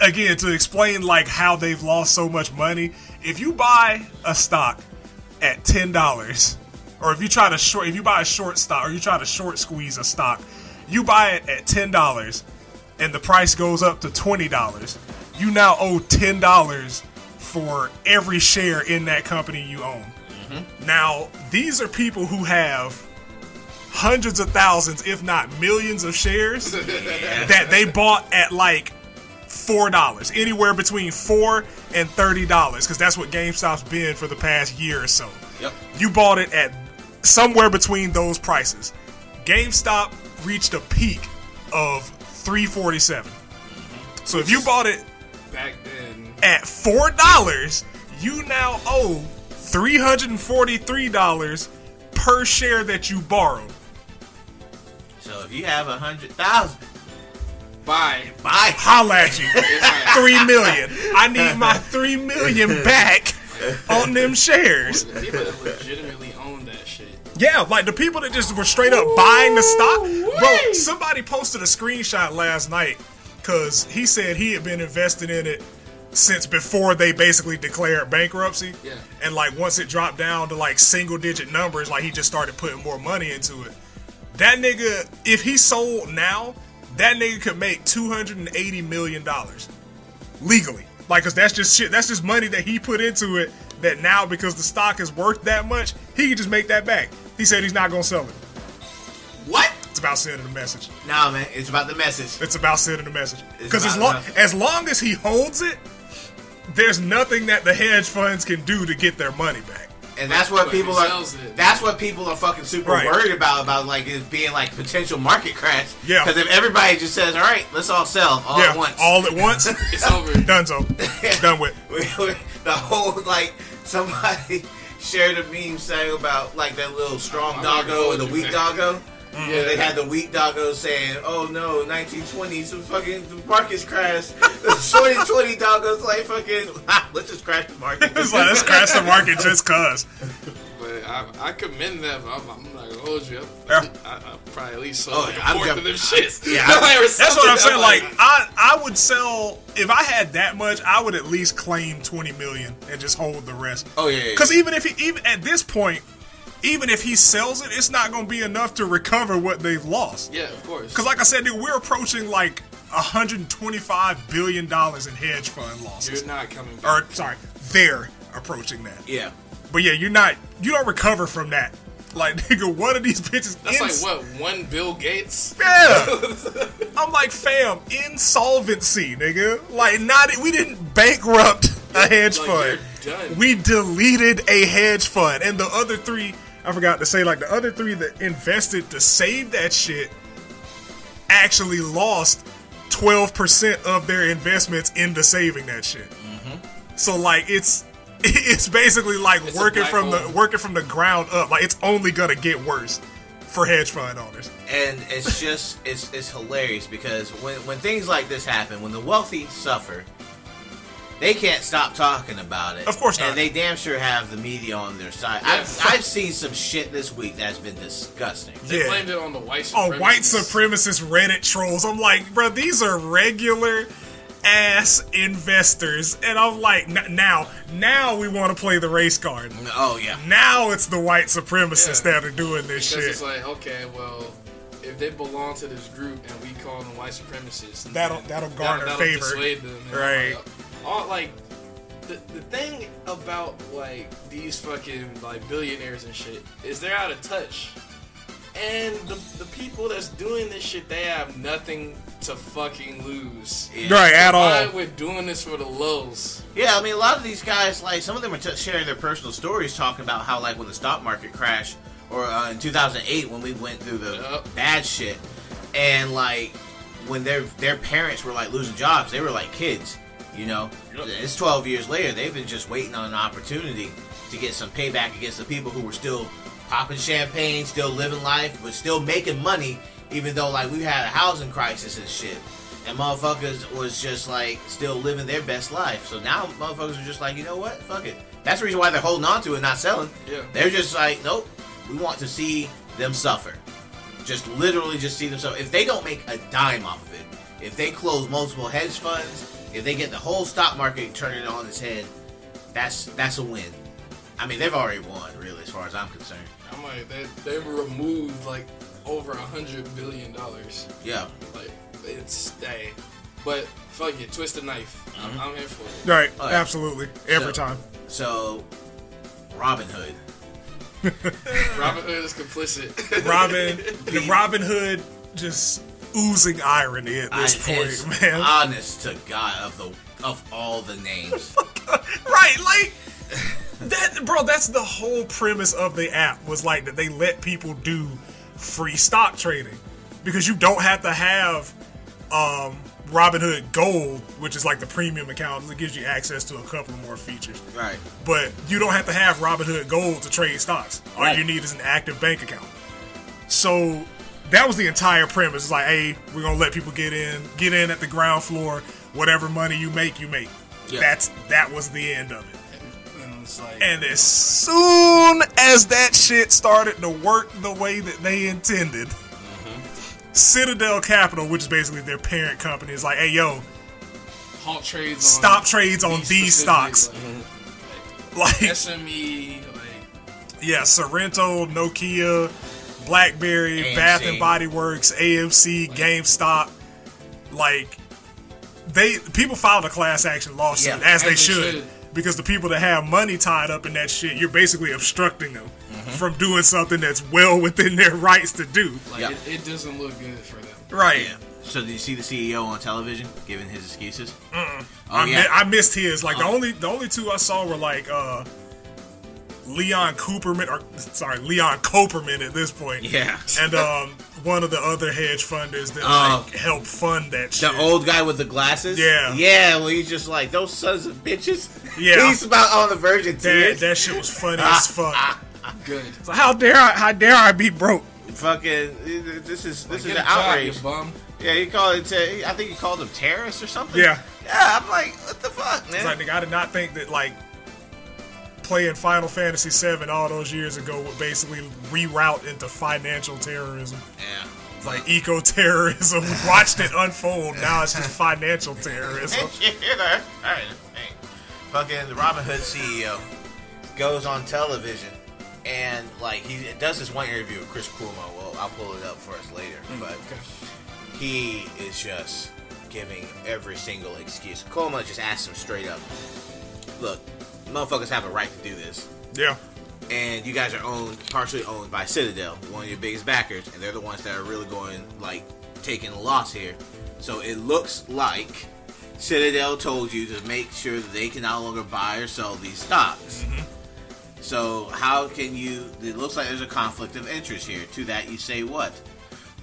S2: again to explain like how they've lost so much money if you buy a stock at $10 or if you try to short if you buy a short stock or you try to short squeeze a stock you buy it at $10 and the price goes up to $20 you now owe $10 for every share in that company you own now these are people who have hundreds of thousands if not millions of shares that they bought at like four dollars, anywhere between four and thirty dollars, because that's what GameStop's been for the past year or so.
S3: Yep.
S2: You bought it at somewhere between those prices. GameStop reached a peak of three forty-seven. So if you bought it
S1: Back then,
S2: at four dollars, you now owe three hundred and forty-three dollars per share that you borrowed.
S3: So if you have a hundred thousand,
S1: bye.
S3: buy.
S2: holla at you. three million. I need my three million back on them shares.
S1: People that legitimately own that shit.
S2: Yeah, like the people that just were straight up buying the stock. Bro, somebody posted a screenshot last night because he said he had been invested in it since before they basically declared bankruptcy.
S1: Yeah.
S2: And like once it dropped down to like single digit numbers, like he just started putting more money into it. That nigga, if he sold now, that nigga could make two hundred and eighty million dollars legally. Like, cause that's just shit. That's just money that he put into it. That now, because the stock is worth that much, he can just make that back. He said he's not gonna sell it.
S3: What?
S2: It's about sending a message.
S3: Nah, man. It's about the message.
S2: It's about sending a message.
S3: It's
S2: Because as
S3: about
S2: long
S3: nothing.
S2: as long as he holds it, there's nothing that the hedge funds can do to get their money back.
S3: And that's what
S1: But
S3: people
S1: it
S3: are.
S1: sells it.
S3: That's what people are fucking super
S2: Right.
S3: worried about. About like it being like potential market crash.
S2: Yeah.
S3: Because if everybody just says, "All right, let's all sell all
S2: yeah,
S3: at once,"
S2: all at once.
S1: It's over.
S2: Dunzo, done with.
S3: the whole like somebody shared a meme saying about like that little strong
S1: I'm
S3: doggo and the
S1: gonna
S3: weak
S1: go
S3: doggo.
S1: Yeah.
S2: Mm-hmm.
S3: Yeah, they had the weak doggo saying, "Oh no, 1920s, the fucking the markets crashed." The 2020 doggo's like, "Fucking, "Ha, let's just crash the market."
S2: It's like let's crash the market just cause.
S1: But I, I commend them. I'm, I'm not gonna hold you.
S2: Yeah.
S1: I, I, I probably at least sold
S3: Oh,
S1: like a
S3: I'm
S1: fourth
S3: def-
S1: of them shits.
S3: yeah,
S1: I'm like, or
S2: That's what I'm
S1: something.
S2: saying. Like I, I would sell if I had that much. I would at least claim twenty million and just hold the rest.
S3: Oh, yeah, yeah,
S2: Because even if he, even at this point, even if he sells it, it's not going to be enough to recover what they've lost.
S1: yeah, of course.
S2: Because like I said, dude, we're approaching like 125 billion dollars in hedge fund losses.
S1: you're not coming back.
S2: Or sorry, they're approaching that.
S3: yeah,
S2: But yeah, you're not. You don't recover from that. Like nigga, one of these bitches.
S1: That's
S2: ins-
S1: like what one Bill Gates.
S2: yeah. I'm like, fam, insolvency, nigga. Like, not we didn't bankrupt a hedge
S1: Like,
S2: fund.
S1: you're done.
S2: We deleted a hedge fund, and the other three, I forgot to say, like the other three that invested to save that shit, actually lost 12% of their investments into saving that shit. So like, it's it's basically like
S1: Mm-hmm. It's a
S2: working
S1: black
S2: from
S1: hole.
S2: the working from the ground up. Like, it's only gonna get worse for hedge fund owners.
S3: and it's just it's it's hilarious because when when things like this happen, when the wealthy suffer, they can't stop talking about it.
S2: Of course not.
S3: And they damn sure have the media on their side. I've, I've seen some shit this week that's been disgusting.
S1: They
S2: Yeah.
S1: blamed it on the white
S2: on
S1: supremacists.
S2: white supremacist Reddit trolls. I'm like, bro, these are regular ass investors, and I'm like, n- now, now we want to play the race card.
S3: Oh yeah.
S2: Now it's the white supremacists
S1: Yeah.
S2: that are doing this
S1: Because it's
S2: shit.
S1: like, okay, well, if they belong to this group and we call them white supremacists,
S2: That'll-
S1: then
S2: that'll garner
S1: that'll
S2: favor.
S1: dissuade them, and
S2: Right.
S1: All, all like the, the thing about like these fucking like billionaires and shit is they're out of touch, and the the people that's doing this shit they have nothing to fucking lose.
S3: Yeah.
S2: right at
S1: Why
S2: all.
S1: we're doing this for the lulls?
S3: Yeah, I mean, a lot of these guys, like, some of them are t- sharing their personal stories, talking about how, like, when the stock market crashed, or uh, in 2008 when we went through the
S1: Yup.
S3: bad shit, and like when their their parents were like losing jobs, they were like kids, you know.
S1: Yup.
S3: It's 12 years later, they've been just waiting on an opportunity to get some payback against the people who were still popping champagne, still living life, but still making money, even though like we had a housing crisis and shit. And motherfuckers was just like still living their best life. So now motherfuckers are just like, you know what? Fuck it. That's the reason why they're holding on to it, and not selling.
S1: Yeah.
S3: They're just like, nope. We want to see them suffer. Just literally just see them suffer. If they don't make a dime off of it, if they close multiple hedge funds, if they get the whole stock market turning on its head, that's that's a win. I mean, they've already won, really, as far as I'm concerned.
S1: I'm like they they removed like over a hundred billion dollars.
S3: Yeah.
S1: Like it's hey, but fuck it, twist the knife.
S3: Mm-hmm.
S1: I'm, I'm here for it.
S2: Right,
S3: Oh, yeah.
S2: absolutely. Every
S3: So-
S2: time.
S3: So, Robin Hood.
S1: Robin Hood is complicit.
S2: Robin, the Robin Hood just oozing irony at this
S3: I- it's
S2: point, man.
S3: Honest to God, of the of all the names.
S2: right, like that, bro. That's the whole premise of the app was like that they let people do free stock trading because you don't have to have um, Robinhood Gold, which is like the premium account that gives you access to a couple more features.
S3: right.
S2: But you don't have to have Robinhood Gold to trade stocks. All
S3: Right.
S2: you need is an active bank account. So that was the entire premise. It's like, hey, we're gonna let people get in, get in at the ground floor. Whatever money you make, you make.
S3: Yeah.
S2: That's that was the end of it.
S1: and it's like
S2: And as soon as that shit started to work the way that they intended, Citadel Capital, which is basically their parent company, is like, hey, yo,
S1: halt trades. On
S2: stop trades on
S1: these
S2: these
S1: specific,
S2: stocks.
S1: Like,
S2: Like,
S1: SME, E, like
S2: yeah, Sorrento, Nokia, BlackBerry,
S3: AMC.
S2: Bath and Body Works, AMC, GameStop, like they people filed a class action lawsuit
S3: Yeah,
S2: as
S1: as
S2: they
S1: they
S2: should,
S1: should.
S2: because the people that have money tied up in that shit, you're basically obstructing them from doing something that's well within their rights to do.
S1: like
S3: Yeah.
S1: it, it doesn't look good for them.
S2: Right.
S3: Yeah. So, did you see the CEO on television giving his excuses? Oh
S2: I, mi-
S3: yeah.
S2: I missed his. Like the only the only two I saw were like uh Leon Cooperman or sorry, Leon Coperman at this point.
S3: yeah.
S2: and um, one of the other hedge funders that
S3: Oh.
S2: like help fund that shit.
S3: The old guy with the glasses.
S2: Yeah.
S3: Yeah. Well, he's just like those sons of bitches.
S2: Yeah.
S3: He's about on the verge of
S2: that,
S3: tears.
S2: that shit was funny as fuck.
S1: Good.
S2: So how dare I? How dare I be broke?
S3: Fucking. This is
S1: Like,
S3: this
S1: get
S3: is
S1: a job,
S3: an outrage.
S1: you bum.
S3: yeah. He called it. Ter- I think he called them terrorists or something.
S2: Yeah.
S3: Yeah. I'm like, what the fuck, man?
S2: It's like nigga, I did not think that like playing Final Fantasy VII all those years ago would basically reroute into financial terrorism,
S3: yeah.
S2: It's like eco terrorism. Watched it unfold. Now it's just financial terrorism.
S3: you know, alright, hey. Fucking the Robin Hood CEO goes on television and like he does this one interview with Chris Cuomo. Well, I'll pull it up for us later, but he is just giving every single excuse. Cuomo just asks him straight up, "Look, motherfuckers have a right to do this."
S2: Yeah.
S3: and you guys are owned partially owned by Citadel, one of your biggest backers, and they're the ones that are really going like taking a loss here. So it looks like Citadel told you to make sure that they can no longer buy or sell these stocks. So how can you? It looks like there's a conflict of interest here. To that, you say what?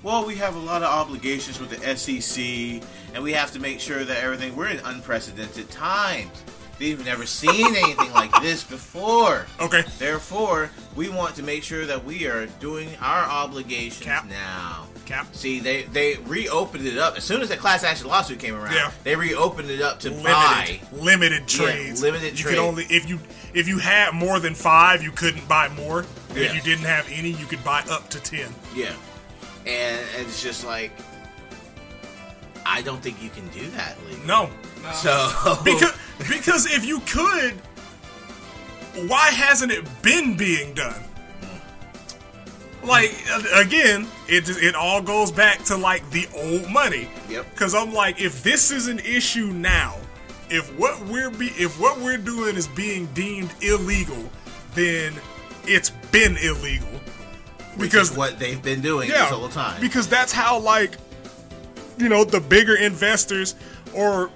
S3: Well, we have a lot of obligations with the SEC, and we have to make sure that everything. We're in unprecedented times. They've never seen anything like this before.
S2: Okay.
S3: Therefore, we want to make sure that we are doing our obligations
S2: Cap.
S3: now.
S2: Cap.
S3: See, they they reopened it up as soon as the class action lawsuit came around.
S2: Yeah.
S3: They reopened it up to buy.
S2: limited, limited trades.
S3: limited
S2: You
S3: trade.
S2: could only if you if you had more than five, you couldn't buy more.
S3: Yeah.
S2: If you didn't have any, you could buy up to ten.
S3: Yeah. And, and it's just like I don't think you can do that legally.
S2: No,
S1: No.
S3: So
S2: because because if you could, why hasn't it been being done? Like a- again, it it all goes back to like the old money.
S3: Yep.
S2: Because I'm like, if this is an issue now, if what we're be if what we're doing is being deemed illegal, then it's been illegal.
S3: because what they've been doing
S2: yeah,
S3: this whole time.
S2: Because that's how like you know the bigger investors or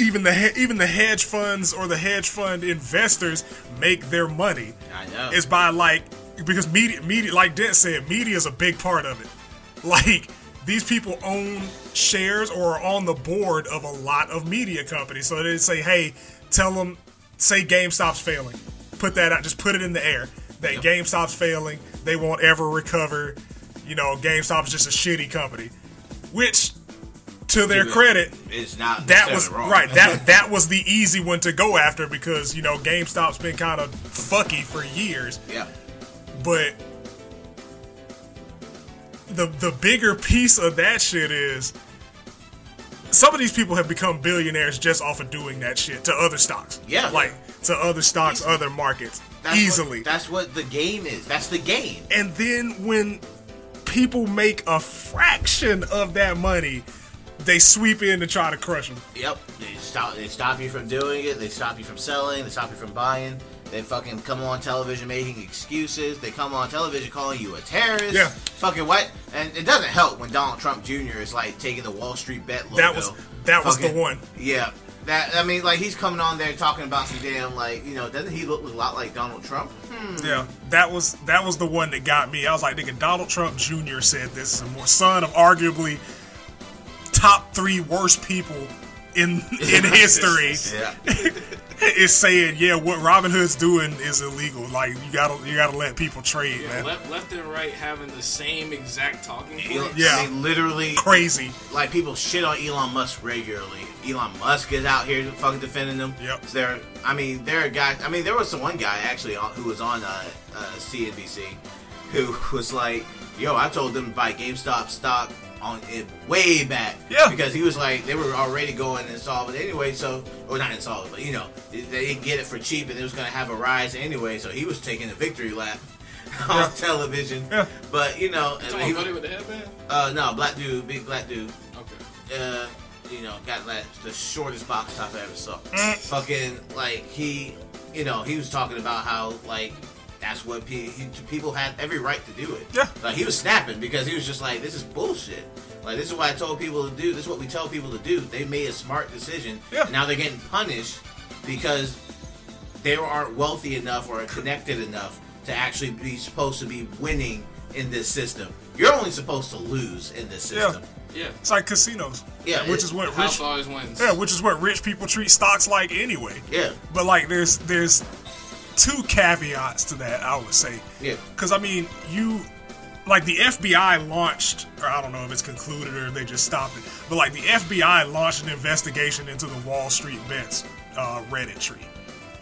S2: even the he- even the hedge funds or the hedge fund investors make their money
S3: I know.
S2: is by like because media media like Dent said media is a big part of it. Like these people own shares or are on the board of a lot of media companies, so they say, hey, tell them say GameStop's failing, put that out, just put it in the air. that
S3: Yep.
S2: GameStop's failing. They won't ever recover. You know, GameStop's just a shitty company. Which, to their
S3: Dude,
S2: credit,
S3: It's not
S2: that was
S3: necessarily wrong.
S2: right. That that was the easy one to go after because you know GameStop's been kind of fucky for years.
S3: yeah.
S2: But the the bigger piece of that shit is some of these people have become billionaires just off of doing that shit to other stocks.
S3: Yeah.
S2: Like to other stocks, other markets.
S3: That's
S2: easily.
S3: What, that's what the game is. That's the game.
S2: and then when people make a fraction of that money, they sweep in to try to crush them.
S3: Yep. They stop. They stop you from doing it. They stop you from selling. They stop you from buying. They fucking come on television making excuses. They come on television calling you a terrorist.
S2: Yeah.
S3: Fucking what? And it doesn't help when Donald Trump Jr. is like taking the Wall Street bet logo.
S2: That was- that was the
S3: Fucking-
S2: one.
S3: Yeah. That I mean, like he's coming on there talking about some damn like you know doesn't he look a lot like Donald Trump?
S2: Yeah, that was that was the one that got me. I was like, nigga, Donald Trump Jr. said this is more son of arguably top three worst people in in history
S3: Yeah.
S2: is saying, yeah, what Robin Hood's doing is illegal. Like you gotta you gotta let people trade,
S1: Yeah,
S2: man.
S1: left, left and right having the same exact talking points.
S2: Yeah.
S3: I mean, literally
S2: Crazy.
S3: like people shit on Elon Musk regularly. Elon Musk is out here fucking defending them.
S2: Yep.
S3: So there, I mean, there are guys. I mean, there was one guy actually on, who was on uh, uh, CNBC who was like, "Yo, I told them to buy GameStop stock on it way back."
S2: Yeah.
S3: Because he was like, they were already going insolvent anyway, so or not insolvent, but you know, they- they didn't get it for cheap, and it was going to have a rise anyway, so he was taking a victory lap. On
S2: Yeah.
S3: television,
S2: Yeah.
S3: but you know, and
S1: Talking
S3: he
S1: about it
S3: was-
S1: with the headband?
S3: uh, no, black dude, big black dude,
S1: Okay.
S3: uh, you know, got like the shortest box top I ever saw.
S2: Mm.
S3: Fucking like he, you know, he was talking about how like that's what pe- he, people had every right to do it.
S2: Yeah.
S3: Like he was snapping because he was just like, this is bullshit. Like this is what I told people to do. This is what we tell people to do. They made a smart decision.
S2: Yeah.
S3: Now they're getting punished because they aren't wealthy enough or connected enough to actually be supposed to be winning in this system. You're only supposed to lose in this
S2: Yeah.
S3: system.
S1: Yeah.
S2: It's like casinos.
S3: Yeah,
S2: which
S3: it-
S2: is what
S1: House
S2: rich
S1: always wins.
S2: yeah, which is what rich people treat stocks like anyway.
S3: Yeah.
S2: But like, there's there's two caveats to that. I would say.
S3: Yeah.
S2: Because I mean, you like the FBI launched, or I don't know if it's concluded or they just stopped it, but like the FBI launched an investigation into the Wall Street bets uh, Reddit tree.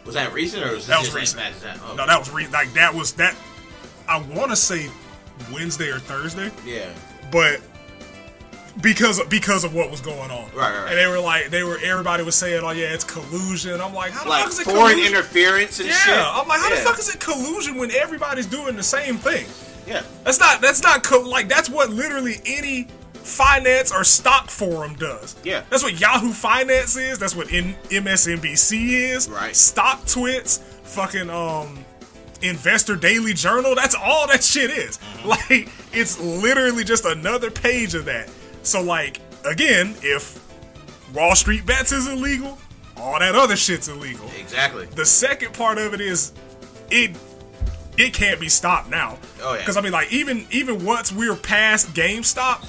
S3: Was that recent or was this
S2: That was
S3: just
S2: recent.
S3: As bad as that? Oh,
S2: No, that was re- like that was that. I want to say Wednesday or Thursday.
S3: yeah,
S2: but because because of what was going on,
S3: Right, right, right.
S2: And they were like, they were everybody was saying, "Oh yeah, it's collusion." I'm like, how the
S3: like
S2: fuck is it
S3: foreign
S2: collusion?
S3: interference and
S2: yeah,
S3: shit.
S2: I'm like, how
S3: yeah.
S2: the fuck is it collusion when everybody's doing the same thing?
S3: yeah,
S2: That's not that's not co- like that's what literally any finance or stock forum does.
S3: Yeah.
S2: that's what Yahoo Finance is. That's what N- MSNBC is.
S3: Right.
S2: Stock Twits, fucking um, Investor Daily Journal. That's all that shit is.
S3: Mm-hmm.
S2: Like it's literally just another page of that. So like again, if Wall Street bets is illegal, all that other shit's illegal.
S3: exactly?
S2: The second part of it is it it can't be stopped now.
S3: Oh, yeah.
S2: Because I mean, like even even once we're past GameStop,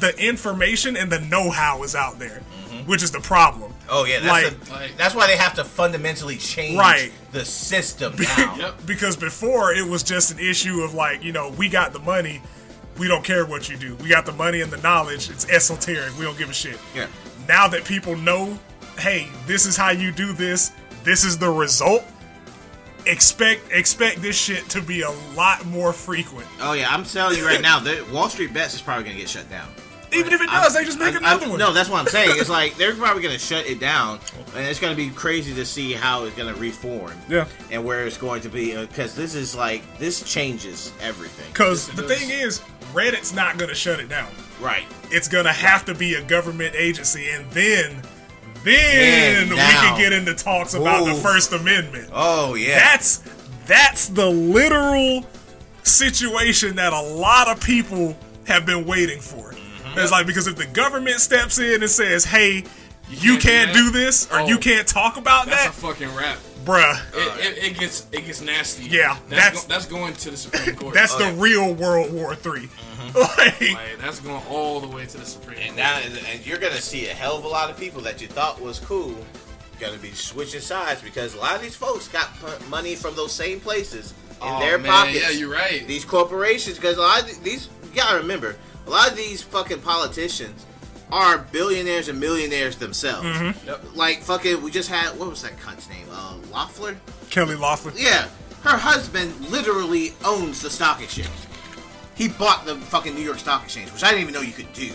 S2: the information and the know-how is out there, which is the problem.
S3: Mm-hmm. Oh yeah, that's
S2: like
S3: the-
S1: Like-
S3: that's why they have to fundamentally change
S2: Right.
S3: the system now.
S1: Yep.
S2: because before it was just an issue of like you know we got the money, we don't care what you do. We got the money and the knowledge. It's esoteric. We don't give a shit.
S3: Yeah.
S2: Now that people know, hey, this is how you do this. This is the result. Expect expect this shit to be a lot more frequent.
S3: Oh yeah, I'm telling you right now, the Wall Street bets is probably gonna get shut down.
S2: Even if it
S3: I'm-
S2: does, they just make
S3: I'm- I'm-
S2: another one.
S3: No, that's what I'm saying. It's like they're probably gonna shut it down, and it's gonna be crazy to see how it's gonna reform.
S2: Yeah.
S3: and where it's going to be because this is like this changes everything.
S2: Because
S1: Yes, it
S2: the
S1: does.
S2: thing is, Reddit's not going to shut it down.
S3: Right.
S2: It's going to have to be a government agency, and then, then
S3: Then,
S2: we
S3: now.
S2: can get into talks about the
S3: Ooh.
S2: First Amendment.
S3: Oh yeah.
S2: That's that's the literal situation that a lot of people have been waiting for.
S3: Mm-hmm.
S2: It's like because if the government steps in and says, "Hey, you, can't,
S1: can't
S2: do,
S1: do that."
S2: this," or
S1: Oh.
S2: "You can't talk about
S1: That's
S2: that,"
S1: a fucking rap.
S2: bruh,
S1: It, it, it gets it gets nasty.
S2: Yeah, that's-
S1: that's go- that's going to the Supreme Court.
S2: that's the
S3: Okay.
S2: real World War Three.
S3: Mm-hmm.
S2: Like,
S1: like that's going all the way to the Supreme
S3: And
S1: Court.
S3: now, and you're gonna see a hell of a lot of people that you thought was cool, gonna be switching sides because a lot of these folks got p- money from those same places in their pockets.
S1: Oh, Yeah, you're right.
S3: These corporations, because a lot of th- these, you gotta remember, a lot of these fucking politicians are billionaires and millionaires themselves.
S1: Yep.
S3: Like fucking, we just had what was that cunt's name? Uh, Loeffler.
S2: Kelly Loeffler.
S3: Yeah, her husband literally owns the stock exchange. He bought the fucking New York Stock Exchange, which I didn't even know you could do.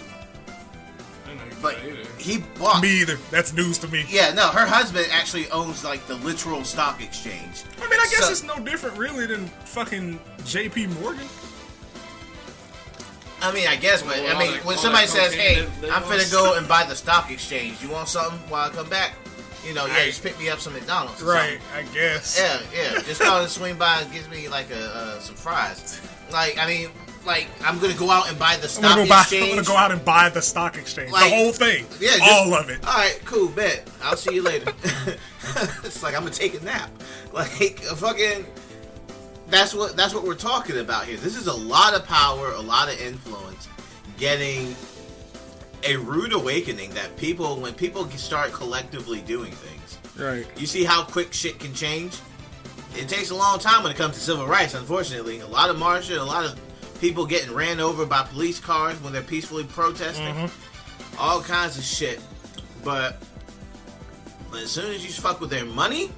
S1: I didn't know you could
S3: But
S1: do that either.
S3: he bought.
S2: Me either. That's news to me.
S3: Yeah, no, her husband actually owns like the literal stock exchange.
S2: I mean, I guess
S3: So-
S2: it's no different really than fucking J.P. Morgan.
S3: I mean, I guess, but
S1: Well,
S3: I mean,
S1: all that-
S3: when
S1: all
S3: somebody
S1: that
S3: says,
S1: cocaine
S3: "Hey,
S1: that they
S3: I'm
S1: want-
S3: finna go and buy the stock exchange. You want something while I come back? You know, yeah,
S2: Right.
S3: just pick me up some McDonald's." or
S2: Right. I guess.
S3: something. Yeah, yeah. Just go and swing by and give me like a uh, some fries. Like, I mean, like I'm gonna go out and buy the
S2: I'm
S3: stock
S2: gonna, go buy, I'm
S3: exchange.
S2: gonna go out and buy the stock exchange,
S3: Like-
S2: the whole thing,
S3: Yeah, just-
S2: all of it.
S3: All right, cool, bet. I'll see you later. it's like I'm gonna take a nap. Like a fucking. That's what that's what we're talking about here. This is a lot of power, a lot of influence, getting a rude awakening that people when people start collectively doing things.
S2: Right.
S3: You see how quick shit can change. It takes a long time when it comes to civil rights. Unfortunately, a lot of marching, a lot of people getting ran over by police cars when they're peacefully protesting
S2: Mm-hmm.
S3: all kinds of shit. But, but as soon as you fuck with their money,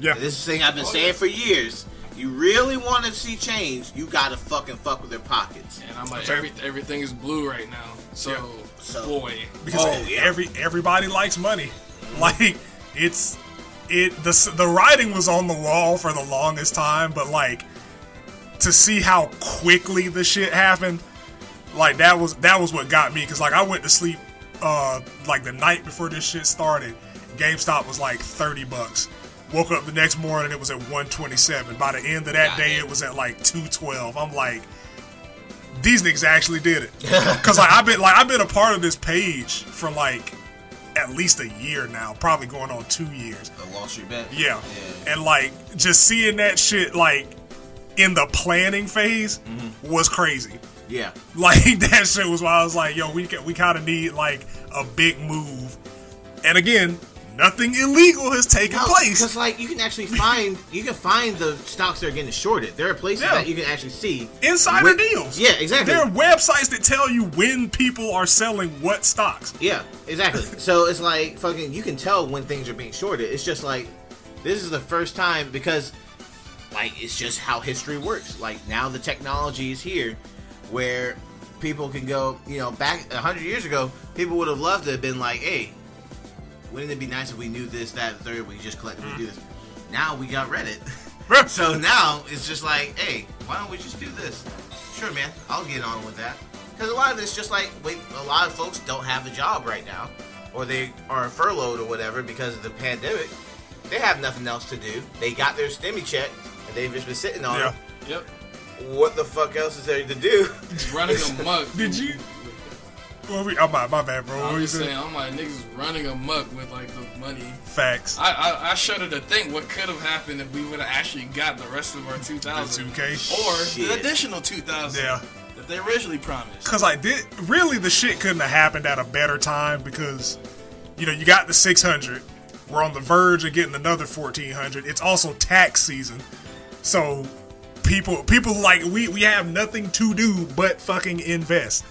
S2: Yeah.
S3: this is the thing I've been
S1: Oh,
S3: saying
S1: yeah.
S3: for years. You really want to see change, you gotta fucking fuck with their pockets.
S1: And I'm like,
S2: Okay.
S1: every, everything is blue right now. So,
S3: So-
S1: boy,
S2: because
S3: Oh, yeah.
S2: every everybody likes money. Like it's it the s- the writing was on the wall for the longest time, but like to see how quickly the shit happened, like that was that was what got me because like I went to sleep uh like the night before this shit started. GameStop was like thirty bucks. Woke up the next morning, it was at one twenty seven. By the end of that
S3: God
S2: day,
S3: damn.
S2: it was at like two twelve. I'm like, these niggas actually did it. Cause like I've been like I've been a part of this page for like at least a year now, probably going on two years.
S3: A Wall Street bet.
S2: Yeah. And like just seeing that shit like in the planning phase was crazy.
S3: Yeah.
S2: Like that shit was why I was like, yo, we ca- we kind of need like a big move. And again, nothing illegal has taken
S3: Because
S2: place.
S3: like you can actually find you can find the stocks that are getting shorted. There are places
S2: Yeah.
S3: that you can actually see
S2: Insider
S3: Wh-
S2: deals.
S3: Yeah, exactly.
S2: There are websites that tell you when people are selling what stocks.
S3: Yeah, exactly. so it's like fucking you can tell when things are being shorted. It's just like this is the first time because like it's just how history works. Like now the technology is here where people can go, you know, back 100 years ago, people would have loved to have been like, "Hey, wouldn't it be nice if we knew this, that, and third? We just collectively do this." Now we got Reddit. so now it's just like, "Hey, why don't we just do this?" Sure, man, I'll get on with that. Because a lot of it's just like, wait, a lot of folks don't have a job right now, or they are furloughed or whatever because of the pandemic. They have nothing else to do. They got their stimmy check, and they've just been sitting on
S2: Yeah.
S1: yep,
S3: it. What the fuck else is there to do?
S1: running amok.
S2: Did you? What we, oh, my, my bad, bro. What
S1: I'm
S2: were you
S1: just
S2: saying?
S1: saying, I'm like niggas running amok with like the money.
S2: Facts.
S1: I, I, I shudder to think what could have happened if we would have actually got the rest of our 2,000
S2: 2K.
S1: or the
S3: Shit.
S1: additional 2,000
S2: Yeah.
S1: that they originally promised.
S2: Cause like did really the shit couldn't have happened at a better time because you know you got the 600. We're on the verge of getting another 1400. It's also tax season, so people people like we we have nothing to do but fucking invest.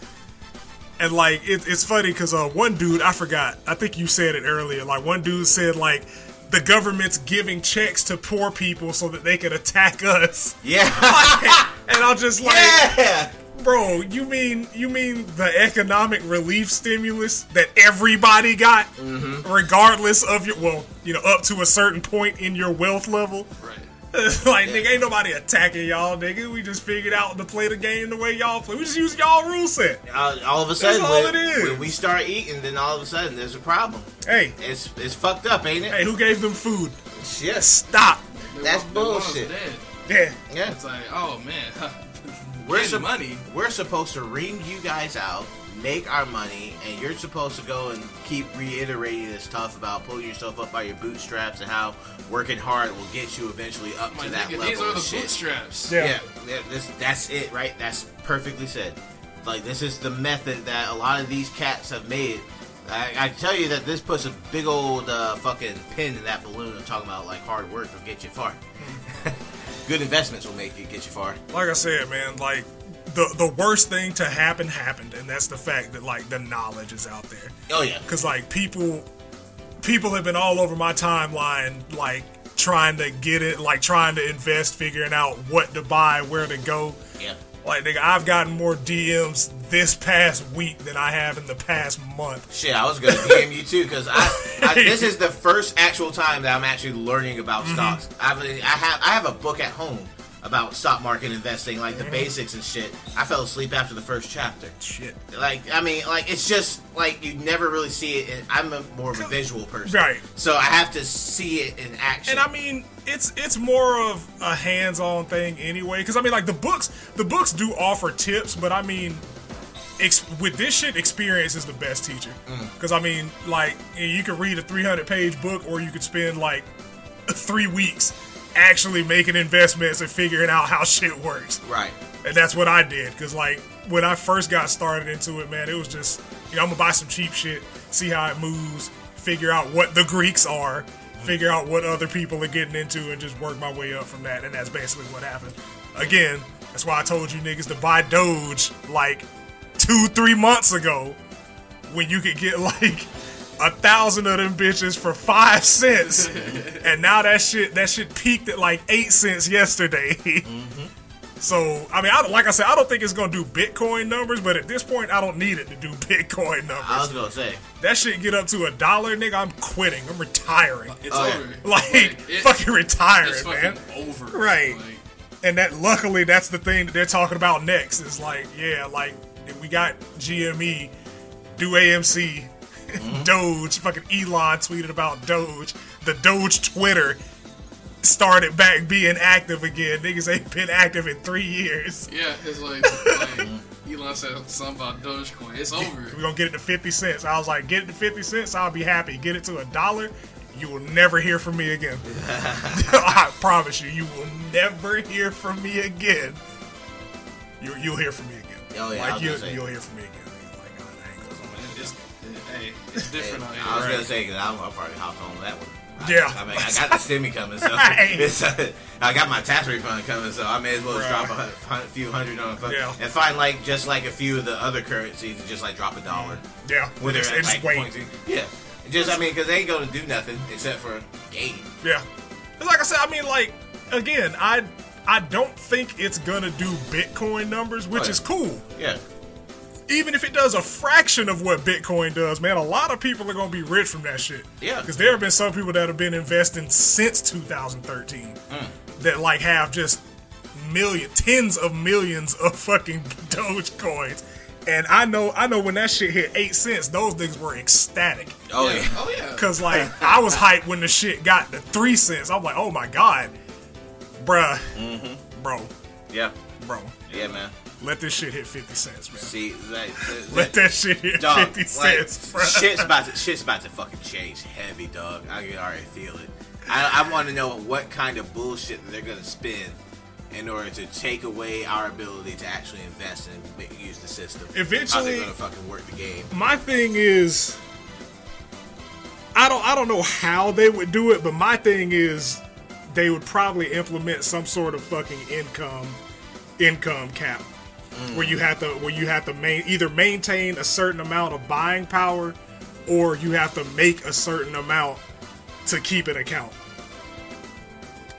S2: And like it, it's funny because uh, one dude I forgot I think you said it earlier. Like one dude said like the government's giving checks to poor people so that they can attack us.
S3: yeah.
S2: and I'm just like.
S3: yeah.
S2: Bro, you mean you mean the economic relief stimulus that everybody got, regardless of your well, you know, up to a certain point in your wealth level.
S1: Right.
S2: like, nigga, ain't nobody attacking y'all, nigga. We just figured out to play the game the way y'all play. We just use y'all rule set.
S3: All, all of a sudden,
S2: all it
S3: when,
S2: is.
S3: when we start eating, then all of a sudden there's a problem.
S2: Hey,
S3: It's it's fucked up, ain't it?
S2: hey, who gave them food?
S3: Yes.
S2: Stop.
S1: They
S3: That's
S1: want- they want us
S3: bullshit.
S1: dead.
S2: Yeah.
S3: Yeah.
S1: It's like, oh man,
S3: We're
S1: where's the
S3: sup-
S1: money?
S3: We're supposed to ream you guys out, make our money, and you're supposed to go and keep reiterating this stuff about pulling yourself up by your bootstraps and how working hard will get you eventually up
S1: My
S3: to that
S1: nigga,
S3: level.
S1: these are
S3: of
S1: the
S3: shit.
S1: bootstraps.
S2: Yeah.
S3: Yeah, yeah, this, that's it, right? That's perfectly said. Like, this is the method that a lot of these cats have made. I, I tell you that this puts a big old uh, fucking pin in that balloon of talking about, like, hard work will get you far. good investments will make you get you far.
S2: like I said, man, like the the worst thing to happen happened, and that's the fact that like the knowledge is out there.
S3: Oh yeah,
S2: Cause like people, people have been all over my timeline, like trying to get it, like trying to invest, figuring out what to buy, where to go.
S3: yeah.
S2: Like nigga, I've gotten more DMs this past week than I have in the past month.
S3: Shit, I was gonna DM you too because I, I this is the first actual time that I'm actually learning about stocks. I've I have I have a book at home about stock market investing, like the basics and shit. I fell asleep after the first chapter.
S2: Shit.
S3: Like I mean, like it's just like you never really see it. In, I'm a, more of a visual person,
S2: Right.
S3: So I have to see it in action.
S2: And I mean, it's it's more of a hands-on thing anyway. Because I mean, like the books, the books do offer tips, but I mean, ex- with this shit, experience is the best teacher. Because I mean, like you can read a 300-page book, or you could spend like three weeks actually making investments and figuring out how shit works.
S3: right?
S2: And that's what I did. Because, like, when I first got started into it, man, it was just, you know, I'm going to buy some cheap shit, see how it moves, figure out what the Greeks are, figure out what other people are getting into, and just work my way up from that. And that's basically what happened. Again, that's why I told you niggas to buy Doge like two, three months ago when you could get like. A thousand of them bitches for five cents, and now that shit that shit peaked at like eight cents yesterday.
S1: Mm-hmm.
S2: So I mean, I don't, like I said, I don't think it's gonna do Bitcoin numbers, but at this point, I don't need it to do Bitcoin numbers.
S3: I was gonna say
S2: that shit get up to a dollar, nigga. I'm quitting. I'm retiring.
S1: It's
S3: Oh, yeah.
S1: over.
S2: Like,
S1: it-
S2: fucking retiring,
S1: it's fucking
S2: man.
S1: over.
S2: Right.
S1: Like,
S2: And that luckily, that's the thing that they're talking about next. Is like, yeah, like if we got GME, do AMC, Doge. Fucking Elon tweeted about Doge. The Doge Twitter started back being active again. Niggas ain't been active in three years.
S1: yeah, it's like, like Elon said something about Dogecoin. It's over.
S2: We're gonna get it to 50 cents. I was like, get it to 50 cents, I'll be happy. Get it to a dollar, you will never hear from me again. I promise you, you will never hear from me again. You, you'll hear from me again.
S3: Oh, yeah, I
S2: like,
S3: was
S2: you,
S3: gonna say.
S2: you'll hear from me again. Like, God, I ain't gonna-
S1: It's, hey, it's different out here.
S3: I was
S1: right?
S3: gonna say because I'll, I'll probably hop on that one. I,
S2: Yeah.
S3: I mean, I got the stimmy coming, so
S2: Right.
S3: it's, I got my tax refund coming, so I may as well just
S2: Right.
S3: drop a hun- hun- few hundred on a fuck,
S2: Yeah.
S3: and find like just like a few of the other currencies and just like drop a dollar.
S2: Yeah,
S3: When
S2: Mm. it's,
S3: they're at
S2: it's
S3: like
S2: wait.
S3: points. Yeah, just I mean because they ain't gonna do nothing except for game.
S2: Yeah. 'Cause like I said, I mean, like again, I I don't think it's gonna do Bitcoin numbers, which
S3: Right.
S2: is cool.
S3: Oh, Yeah,
S2: even if it does a fraction of what Bitcoin does, man, a lot of people are gonna be rich from that shit.
S3: Yeah.
S2: Because there have been some people that have been investing since 2013 that like have just million, tens of millions of fucking Doge coins. And I know, I know when that shit hit eight cents, those niggas were ecstatic.
S3: oh yeah,
S1: Yeah. Oh yeah.
S2: Cause like I was hyped when the shit got to three cents. I'm like, oh my god, bruh,
S3: Mm-hmm.
S2: bro,
S3: yeah,
S2: bro,
S3: yeah, man.
S2: let this shit hit 50 cents, man.
S3: See, like, the-
S2: Let that shit hit
S3: dog,
S2: 50 cents,
S3: like,
S2: bro.
S3: shit's about to shit's about to fucking change heavy, dog. I can already feel it. I, I want to know what kind of bullshit they're gonna spin in order to take away our ability to actually invest and ma- use the system. how
S2: Eventually-
S3: they're gonna fucking work the game.
S2: My thing is I don't I don't know how they would do it, but my thing is they would probably implement some sort of fucking income income cap where you have to where you have to main, either maintain a certain amount of buying power or you have to make a certain amount to keep an account.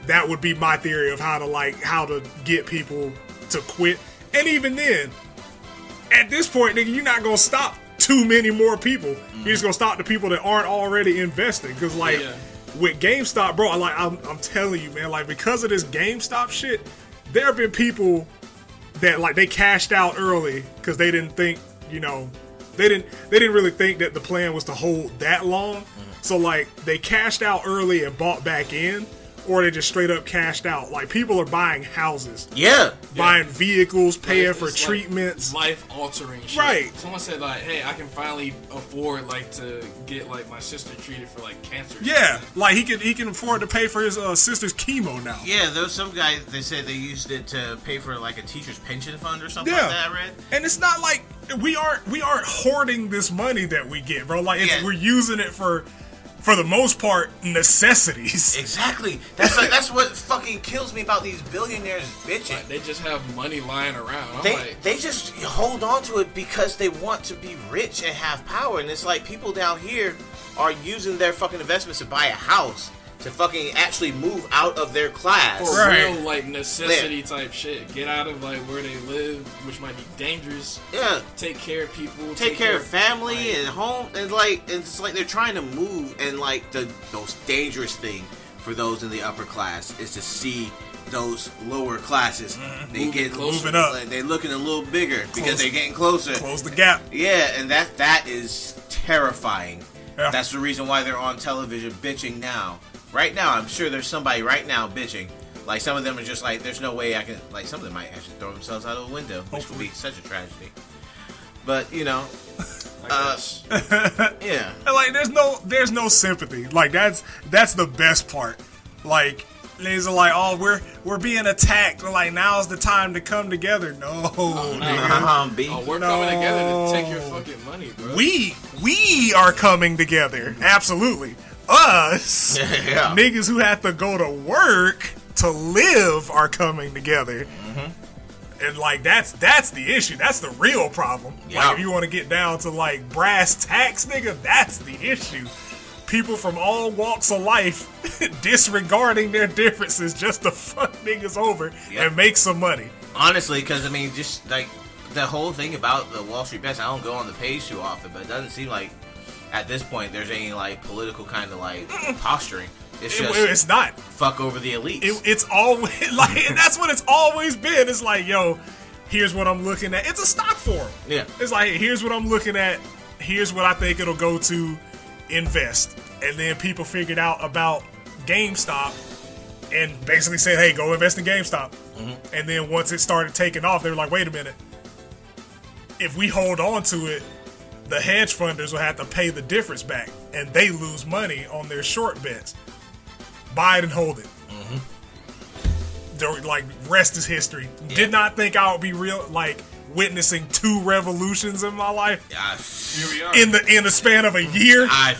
S2: That would be my theory of how to like how to get people to quit. And even then, at this point, nigga, you're not gonna stop too many more people. You're just gonna stop the people that aren't already investing. Cause like
S1: Yeah.
S2: with GameStop, bro, I like I'm, I'm telling you, man, like because of this GameStop shit, there have been people that like they cashed out early because they didn't think you know they didn't they didn't really think that the plan was to hold that long so like they cashed out early and bought back in or they just straight up cashed out like people are buying houses
S3: Yeah,
S2: buying vehicles paying
S1: Like,
S2: for
S1: it's like
S2: treatments
S1: life altering shit.
S2: Right.
S1: Someone said like, "Hey, I can finally afford like to get like my sister treated for like cancer."
S2: yeah like he can he can afford to pay for his uh, sister's chemo now
S3: yeah. There was some guy they said they used it to pay for like a teacher's pension fund or something
S2: Yeah. and it's not like we aren't we aren't hoarding this money that we get bro like it's,
S3: Yeah.
S2: we're using it for
S4: for the most part, necessities.
S3: Exactly. That's like, that's what fucking kills me about these billionaires bitching.
S1: Like, they just have money lying around. I'm
S3: they
S1: like,
S3: they just hold on to it because they want to be rich and have power. And it's like people down here are using their fucking investments to buy a house to fucking actually move out of their class.
S1: for
S4: Right.
S1: real, like necessity type shit. Get out of like where they live, which might be dangerous.
S3: Yeah.
S1: Take care of people.
S3: Take, care, of family
S1: like,
S3: and home and like and it's like they're trying to move and like the most dangerous thing for those in the upper class is to see those lower classes they
S1: Mm-hmm. Moving
S3: get
S1: closer.
S2: Moving up.
S3: like, they're looking a little bigger
S2: Close-
S3: because they're getting closer
S2: Close the gap.
S3: Yeah, and that that is terrifying.
S2: Yeah.
S3: That's the reason why they're on television bitching now. Right now, I'm sure there's somebody right now bitching. Like some of them are just like, there's no way I can. Like some of them might actually throw themselves out of a window, which would be such a tragedy. But you know,
S1: I
S3: uh,
S1: guess.
S3: yeah,
S2: And, like there's no there's no sympathy like that's that's the best part like niggas are like oh we're we're being attacked We're like now's the time to come together no nigga.
S3: uh-huh, B.
S1: oh, we're
S2: no.
S1: coming together to take your fucking money, bro.
S2: we we are coming together absolutely us
S3: yeah.
S2: niggas who have to go to work to live are coming together
S3: Mm-hmm.
S2: and like that's that's the issue that's the real problem
S3: Yeah.
S2: like if you want to get down to like brass tacks nigga that's the issue people from all walks of life disregarding their differences just to fuck niggas over
S3: Yeah.
S2: and make some money
S3: Honestly, because I mean, just like the whole thing about the Wall Street bets, I don't go on the page too often, but it doesn't seem like at this point there's any like political kind of like posturing. It's
S2: It-
S3: just
S2: it's not
S3: fuck over the elites.
S2: it, it's always like and that's what it's always been it's like yo here's what i'm looking at it's a stock forum
S3: Yeah.
S2: it's like here's what i'm looking at here's what i think it'll go to invest and then people figured out about gamestop and basically said hey go invest in gamestop and then once it started taking off they were like wait a minute if we hold on to it the hedge funders will have to pay the difference back and they lose money on their short bets buy it and hold it the like rest is history. Did not think I would be real like witnessing two revolutions in my life
S3: Ah,
S1: Here we are.
S2: in the in the span of a year.
S3: I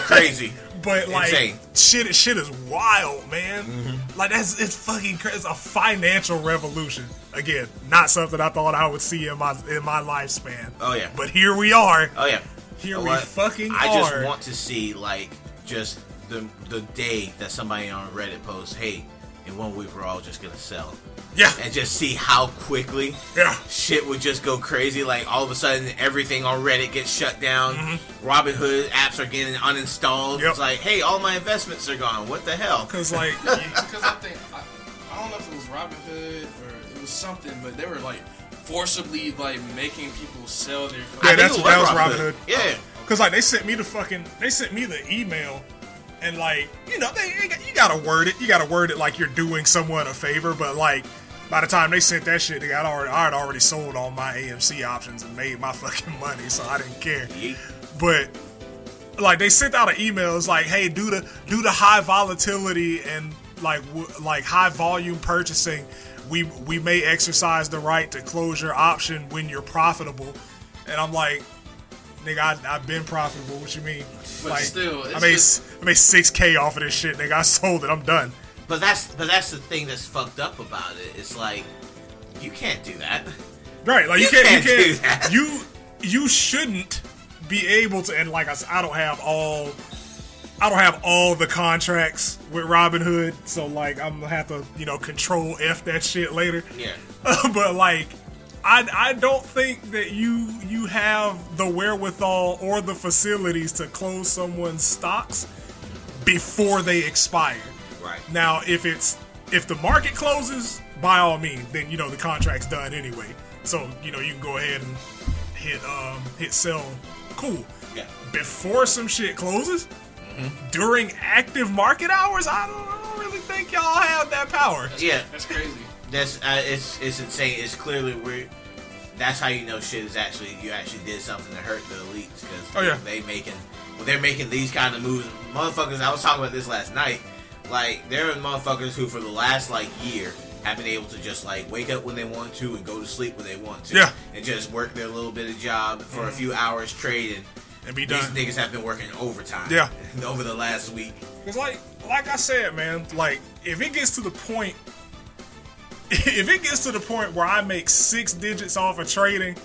S3: crazy.
S2: But like
S3: Insane.
S2: shit, shit is wild, man.
S3: Mm-hmm.
S2: Like that's it's fucking crazy. It's a financial revolution. Again, not something I thought I would see in my in my lifespan.
S3: Oh, yeah.
S2: But here we are.
S3: Oh yeah.
S2: Here
S3: You know
S2: we
S3: what?
S2: fucking
S3: I
S2: are.
S3: just want to see like just the the day that somebody on Reddit posts, "Hey, in one week we're all just gonna sell,"
S2: yeah.
S3: and just see how quickly
S2: Yeah.
S3: shit would just go crazy. Like all of a sudden, everything on Reddit gets shut down. Robin Hood apps are getting uninstalled.
S2: Mm-hmm. Yep.
S3: It's like, hey, all my investments are gone. What the hell?
S2: Cause like
S1: because I think I, I don't know if it was Robin Hood or it was something, but they were like forcibly like making people sell their.
S2: Yeah,
S3: I think
S2: that's-
S3: it
S2: that was Robin Hood.
S3: Yeah.
S2: Cause like they sent me the fucking they sent me the email, and like you know they, they got- you gotta word it you gotta word it like you're doing someone a favor, but like by the time they sent that shit, they got already I had already sold all my AMC options and made my fucking money, so I didn't care.
S3: Yeet.
S2: But like they sent out an email, it's like hey do the do the high volatility and like w- like high volume purchasing. We, we may exercise the right to close your option when you're profitable, and I'm like, Nigga, I, I've been profitable. What you mean?
S1: But still, it's
S2: I made
S1: just-
S2: s- I made six k off of this shit. Nigga, I sold it. I'm done.
S3: But that's but that's the thing that's fucked up about it. It's like you can't do that.
S2: Right? Like you,
S3: You
S2: can't.
S3: can't
S2: You
S3: do
S2: can't.
S3: that.
S2: You you shouldn't be able to. And like I said, I don't have all. I don't have all the contracts with Robin Hood, so like I'm gonna have to you know control f that shit later.
S3: Yeah.
S2: but like I, I don't think that you you have the wherewithal or the facilities to close someone's stocks before they expire.
S3: Right.
S2: Now, if it's if the market closes, by all means, then you know the contract's done anyway. So you know you can go ahead and hit um hit sell. Cool.
S3: Yeah.
S2: Before some shit closes, during active market hours, I don't, I don't really think y'all have that power.
S3: Yeah.
S1: That's crazy.
S3: That's uh, it's it's insane. It's clearly weird. That's how you know shit is actually you actually did something to hurt the elites because
S2: Oh, yeah.
S3: they making well, they're making these kind of moves. Motherfuckers, I was talking about this last night. Like there are motherfuckers who for the last like year have been able to just like wake up when they want to and go to sleep when they want to.
S2: Yeah. Mm-hmm.
S3: And just work their little bit of job for a few hours trading.
S2: and be
S3: These
S2: done.
S3: niggas have been working overtime.
S2: Yeah.
S3: Over the last week.
S2: Cause like like I said, man, like if it gets to the point if it gets to the point where I make six digits off of trading,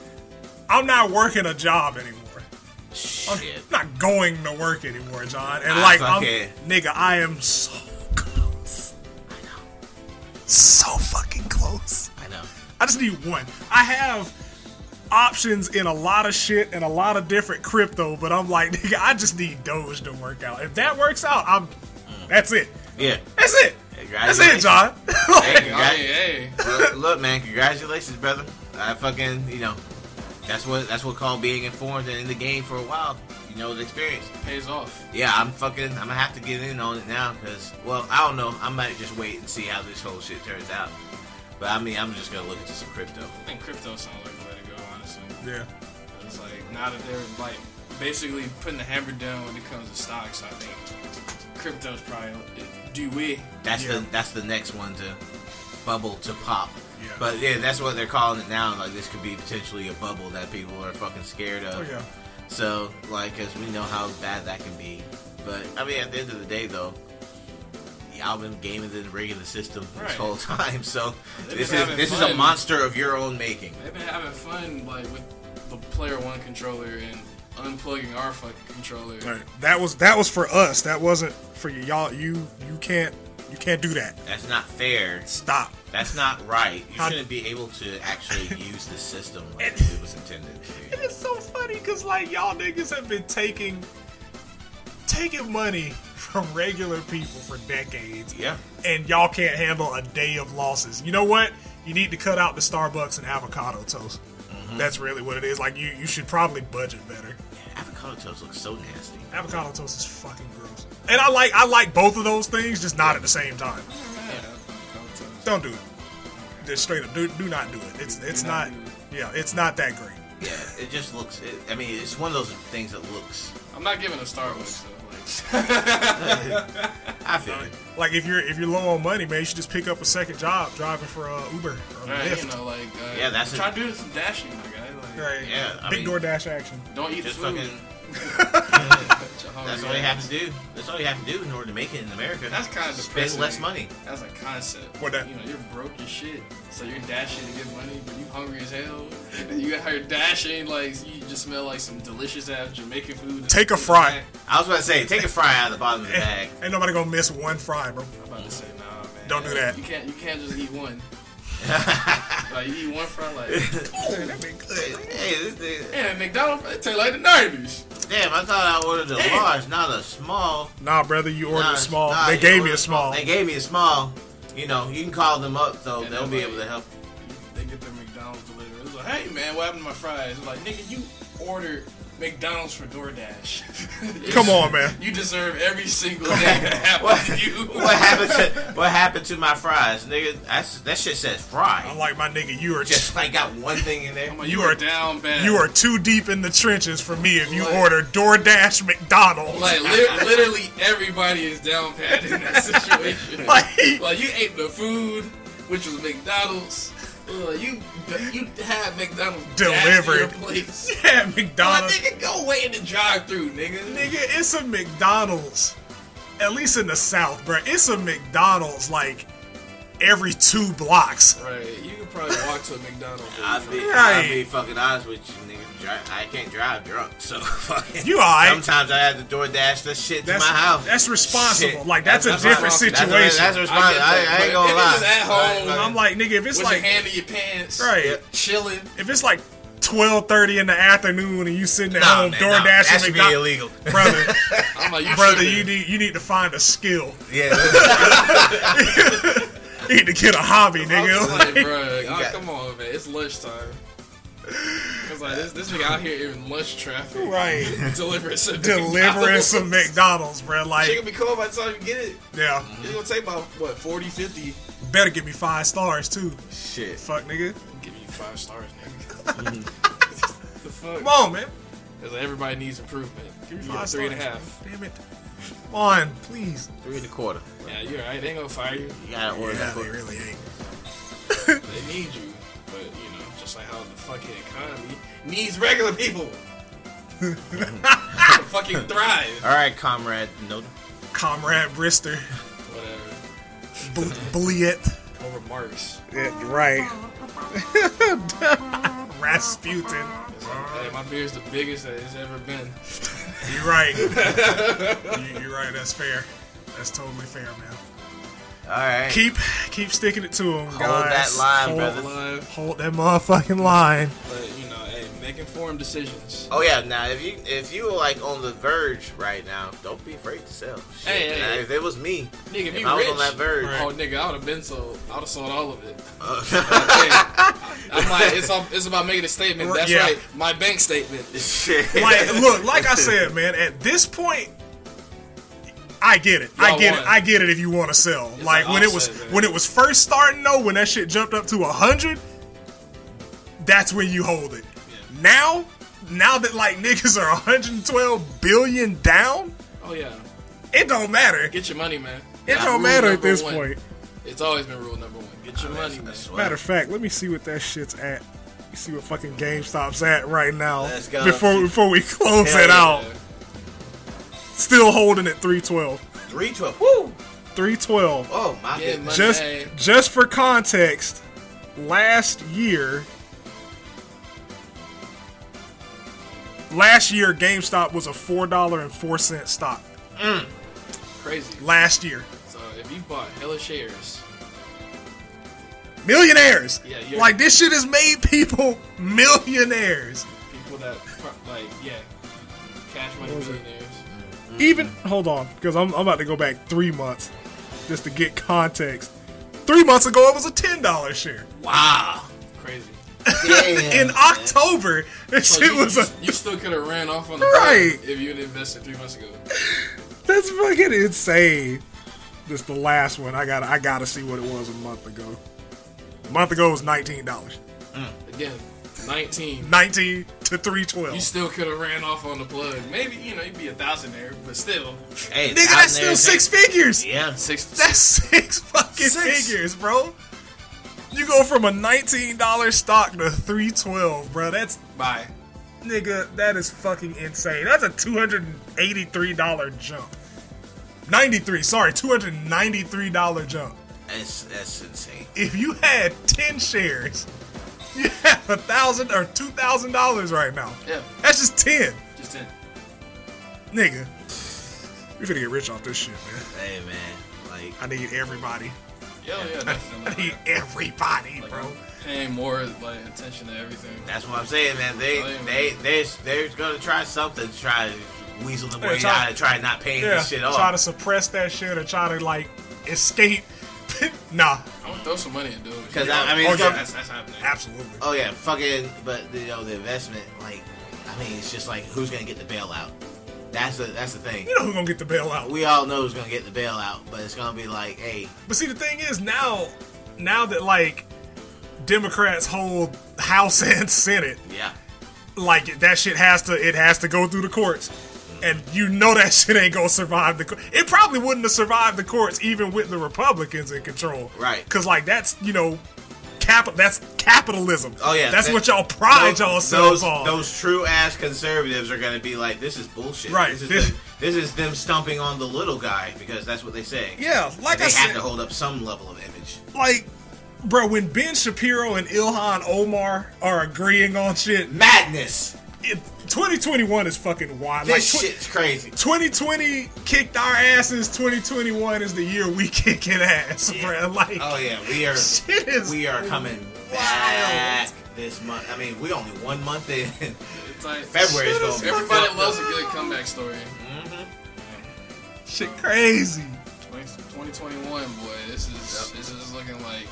S2: I'm not working a job anymore. I'm
S3: Shit.
S2: not going to work anymore, John. And
S3: I
S2: like I'm
S3: fucking-
S2: nigga, I am so close. So fucking close.
S3: I know.
S2: I just need one. I have options in a lot of shit and a lot of different crypto, but I'm like, nigga, I just need Doge to work out. If that works out, I'm that's it.
S3: Yeah.
S2: That's it. That's it,
S3: Congratulations.
S2: John.
S1: I
S3: Hey, congra-
S1: mean, hey,
S3: look, look, man, congratulations, brother. I fucking, you know, that's what that's what called being informed and in the game for a while. You know, the experience.
S1: pays off.
S3: Yeah, I'm fucking. I'm gonna have to get in on it now because, well, I don't know. I might just wait and see how this whole shit turns out. But I mean, I'm just gonna look into some crypto.
S1: I think crypto sounds like the way to go, honestly.
S2: yeah.
S1: It's like now that they're like basically putting the hammer down when it comes to stocks. I think crypto's probably do we?
S3: That's
S2: Yeah.
S3: the that's the next one to bubble to pop.
S2: Yeah.
S3: But yeah, that's what they're calling it now. Like this could be potentially a bubble that people are fucking scared of.
S2: Oh yeah.
S3: So, like, because we know how bad that can be. But, I mean, at the end of the day, though, y'all been gaming in the regular system
S1: Right.
S3: this whole time. So,
S1: They've
S3: this
S1: been
S3: is
S1: having
S3: this is a
S1: fun.
S3: monster of your own making.
S1: They've been having fun like with the player one controller and unplugging our fucking controller.
S2: Right. That was that was for us. That wasn't for you. Y'all you you can't you can't do that.
S3: That's not fair.
S2: Stop.
S3: That's not right. You
S2: How-
S3: shouldn't be able to actually use the system like it was intended to.
S2: It's so funny because like y'all niggas have been taking taking money from regular people for decades.
S3: Yeah.
S2: And y'all can't handle a day of losses. You know what? You need to cut out the Starbucks and avocado toast. That's really what it is. Like you you should probably budget better.
S3: Avocado toast looks so nasty.
S2: Avocado toast is fucking gross. And I like I like both of those things, just not at the same time. Don't do it. Just straight up, do, do not do it. It's it's
S1: not
S2: not,
S1: do
S2: yeah, it's not that great.
S3: Yeah, it just looks. It, I mean, it's one of those things that looks.
S1: I'm not giving a Starbucks though. Like,
S3: I feel it.
S2: Like if you're if you're low on money, man, you should just pick up a second job driving for uh, Uber or
S1: right,
S2: Lyft.
S1: you know, like uh,
S3: Yeah, that's
S1: try
S3: it.
S1: doing some dashing, my guy. Like,
S2: Right.
S3: Yeah, I
S2: Big
S3: mean-
S2: DoorDash action.
S1: don't eat
S3: Just
S1: food.
S3: fucking.
S1: You're hungry.
S3: That's all you have to do. That's all you have to do in order to make it in America.
S1: That's kind of
S3: spend
S1: depressing.
S3: less money.
S1: That's a concept.
S2: What that-
S1: You know, you're broke as shit, so you're dashing to get money, but you hungry as hell, and you out here dashing like you just smell like some delicious ass Jamaican food.
S2: Take a fry.
S3: I was about to say, take a fry out of the bottom of the bag.
S2: Ain't, ain't nobody gonna miss one fry, bro.
S1: I'm about to say, nah, man.
S2: Don't do that.
S1: You can't. You can't just eat one. like you eat one fry, like
S2: That'd be good.
S3: hey, this thing-
S1: man, McDonald's fry, it taste like the nineties.
S3: damn! I thought I ordered a large, not a small.
S2: Nah, brother, you ordered
S3: Nah,
S2: a small.
S3: nah,
S2: they
S3: you
S2: gave me
S3: ordered
S2: a small.
S3: They gave me a small. You know, you can call them up though;
S1: And
S3: they'll be
S1: they're
S3: able to
S1: like-
S3: help.
S1: They get their McDonald's delivered. It's like, hey man, what happened to my fries? It's like, nigga, you ordered McDonald's for DoorDash.
S2: Come on, man.
S1: You deserve every single thing that happened to you.
S3: What happened to What happened to my fries, nigga? That's, that shit says
S2: I'm
S3: fry.
S2: like my nigga, you are
S3: Just like got one thing in there.
S1: I'm like, you,
S2: You
S1: are
S2: are-
S1: down bad.
S2: you are too deep in the trenches for me if you
S1: Like-
S2: order DoorDash McDonald's.
S1: like li- literally everybody is down bad in that situation.
S2: Like-
S1: like you ate the food, which was McDonald's. Ugh, you you had McDonald's dashed to your
S2: Delivered.
S1: place.
S2: yeah,
S1: My
S2: McDonald's.
S1: nigga, go wait in the drive-through, nigga.
S2: Nigga, it's a McDonald's. At least in the South, bruh. It's a McDonald's like every two blocks.
S1: Right, you could probably walk to a McDonald's.
S3: I'll be, I'll
S2: Right.
S3: be fucking honest with you, nigga. Dri- I can't drive drunk, so fucking.
S2: You alright.
S3: Sometimes I have to door dash that shit to
S2: That's-
S3: my house.
S2: that's responsible. Like, that's a
S1: different
S3: that's
S2: situation.
S3: That's, responsible.
S1: I
S3: I,
S1: get that,
S3: I
S1: but
S3: ain't gonna
S1: if
S3: lie.
S1: it's at home,
S3: Like,
S2: I'm like, nigga, if it's
S1: with
S2: like
S1: your hand in your pants,
S2: right,
S1: Chilling.
S2: if it's like 12:30 in the afternoon and you sitting at
S3: nah,
S2: home
S3: man,
S2: door
S3: nah, that
S2: dashing
S3: should be
S2: McDonald's,
S3: illegal.
S2: brother,
S1: I'm like, you
S2: brother,
S1: tripping.
S2: you need you need to find a skill.
S3: Yeah, that's-
S2: You need to get a hobby,
S1: I was
S2: nigga.
S1: like, bruh, oh,
S3: got-
S1: come on, man. It's lunchtime. It's like, this, this nigga out here in lunch traffic.
S2: right,
S1: Delivering some
S2: delivering some McDonald's, bruh.
S1: Shit
S2: Like,
S1: gonna be cold by the time you get it.
S2: yeah,
S1: It's gonna take about, what, 40, 50?
S2: better give me five stars too.
S3: shit.
S2: Fuck, nigga.
S1: Give me five stars, nigga. the fuck?
S2: Come on, man.
S1: It's like everybody needs improvement. Give me
S2: Five
S1: five, three and a
S2: stars,
S1: half.
S2: man. Damn it. Come on, please.
S3: Three and a quarter.
S1: Yeah, you're right. They ain't gonna fire you.
S3: You gotta order
S2: Yeah,
S3: that.
S2: they
S3: Quarter.
S2: really ain't.
S1: They need you. But, you know, just like how the fucking economy needs regular people. fucking thrive.
S3: All right, comrade. No,
S2: Comrade Brister,
S1: Whatever.
S2: Bl- Bliet,
S1: Cobra Marks.
S2: yeah, right? Rasputin,
S1: Hey, my beard's the biggest that it's ever been.
S2: you're right. you, you're right. That's fair. That's totally fair, man.
S3: all right.
S2: Keep keep sticking it to him, guys.
S3: that line,
S2: hold,
S3: brother.
S1: Alive,
S2: Hold that motherfucking line.
S1: but you know, hey, make informed decisions.
S3: Oh yeah, now if you if you were like on the verge right now, don't be afraid to sell. Shit,
S1: Hey, hey,
S3: now,
S1: hey.
S3: if it was me,
S1: Nigga, if
S3: if
S1: you
S3: I was
S1: rich,
S3: on that verge,
S1: oh nigga, I would have been sold. I would have sold all of it.
S3: uh,
S1: But, hey, I'm like, it's, all, it's about making a statement. That's
S2: Yeah.
S1: right, my bank statement.
S3: shit.
S2: Like, look, like I said, man. At this point, I get it. I
S1: Y'all
S2: get
S1: won.
S2: it. I get it. If you want to sell, like
S1: an
S2: when it was
S1: offset, man.
S2: when it was first starting, though, when that shit jumped up to a hundred, that's when you hold it.
S1: Yeah.
S2: Now, now that like niggas are 112 billion down,
S1: Oh yeah,
S2: it don't matter. It
S1: get your money, man.
S2: don't
S1: rule
S2: matter at
S1: number
S2: this
S1: one.
S2: point.
S1: It's always been rule number one. Get your money, man.
S2: Matter of fact, let me see what that shit's at. Let me See what fucking GameStop's at right now.
S3: Let's go.
S2: Before before we close
S3: Hell
S2: it
S3: yeah.
S2: out, still holding at 312.
S3: three twelve. Woo!
S2: 312.
S3: Oh my
S1: Yeah,
S3: goodness.
S1: money.
S2: Just
S1: Monday.
S2: just for context, last year last year GameStop was a $4.04 stock.
S1: Crazy.
S2: Last year.
S1: So if you bought hella shares,
S2: Millionaires.
S1: Yeah, you're-
S2: like this shit has made people millionaires.
S1: people that pro- like yeah, cash money millionaires.
S2: Even hold on, because I'm, I'm about to go back three months just to get context. Three months ago, it was a ten dollar share.
S3: Wow.
S1: Crazy.
S3: Damn.
S2: In October, this
S1: So
S2: shit
S1: you,
S2: was
S1: you,
S2: a
S1: you still could have ran off on the
S2: Right.
S1: right if you had invested three months ago.
S2: that's fucking insane. This the last one. I got to I gotta see what it was a month ago. A month ago it was nineteen dollars,
S1: Again, nineteen.
S2: nineteen to three twelve.
S1: You still could have ran off on the plug. Maybe you know you'd be a thousandaire, but still
S3: hey,
S2: Nigga,
S3: down
S2: that's still
S3: there,
S2: six figures.
S3: Yeah.
S1: six.
S2: That's six fucking
S1: Six.
S2: figures, bro. You go from a nineteen dollar stock to three twelve, bro. That's
S1: Bye.
S2: Nigga, that is fucking insane. That's a two hundred and eighty-three dollar jump. Ninety-three, sorry, two hundred and ninety-three dollar jump.
S3: That's that's insane.
S2: If you had ten shares, you have a thousand or two thousand dollars right now.
S1: Yeah,
S2: That's just ten,
S1: just ten.
S2: nigga. We finna get rich off this shit, man.
S3: Hey man, like
S2: I need everybody.
S1: Yeah, yeah,
S2: I
S1: definitely.
S2: need everybody,
S1: Like,
S2: bro.
S1: I'm paying more like attention to everything.
S3: that's what I'm saying, man. They
S1: Damn.
S3: they they they're gonna try something to try to weasel the way
S2: try-
S3: out and try not paying
S2: Yeah,
S3: this shit off.
S2: try to suppress that shit or try to like escape. nah,
S1: I'm gonna throw some money into it.
S3: 'Cause I- I mean,
S1: Oh,
S3: it's
S1: yeah,
S3: gonna-
S1: that's, that's happening.
S2: absolutely.
S3: Oh yeah, fucking. But you know the investment, like, I mean, it's just like who's gonna get the bailout? That's the that's the thing.
S2: You know who's gonna get the bailout?
S3: We all know who's gonna get the bailout, but it's gonna be like, hey,
S2: But see, the thing is now, now that like Democrats hold House and Senate,
S3: yeah,
S2: like that shit has to it has to go through the courts, and you know that shit ain't gonna survive the. co- It probably wouldn't have survived the courts even with the Republicans in control,
S3: Right.
S2: Because like that's you know. Capital, that's capitalism.
S3: Oh, yeah.
S2: that's
S3: That-
S2: what y'all pride yourselves
S3: those,
S2: on.
S3: those true ass conservatives are gonna be like, this is bullshit.
S2: Right,
S3: This is
S2: this-
S3: them, this is them stumping on the little guy because that's what they say.
S2: yeah, like
S3: They
S2: I
S3: have
S2: said,
S3: to hold up some level of image.
S2: like, bro, when Ben Shapiro and Ilhan Omar are agreeing on shit,
S3: Madness.
S2: it, 2021 is fucking wild. like,
S3: This
S2: tw-
S3: shit's crazy.
S2: 2020 kicked our asses. 2021 is the year we kicking ass,
S3: Yeah.
S2: bruh. Like,
S3: Oh yeah, we are
S2: shit is.
S3: we are coming back this month. I mean, we only one month in.
S1: It's like
S3: February is
S2: Shit
S3: gonna
S2: is
S3: be
S1: Everybody
S3: fucked up.
S1: loves a good comeback story.
S2: Shit crazy.
S1: 2021, boy, this is this is looking like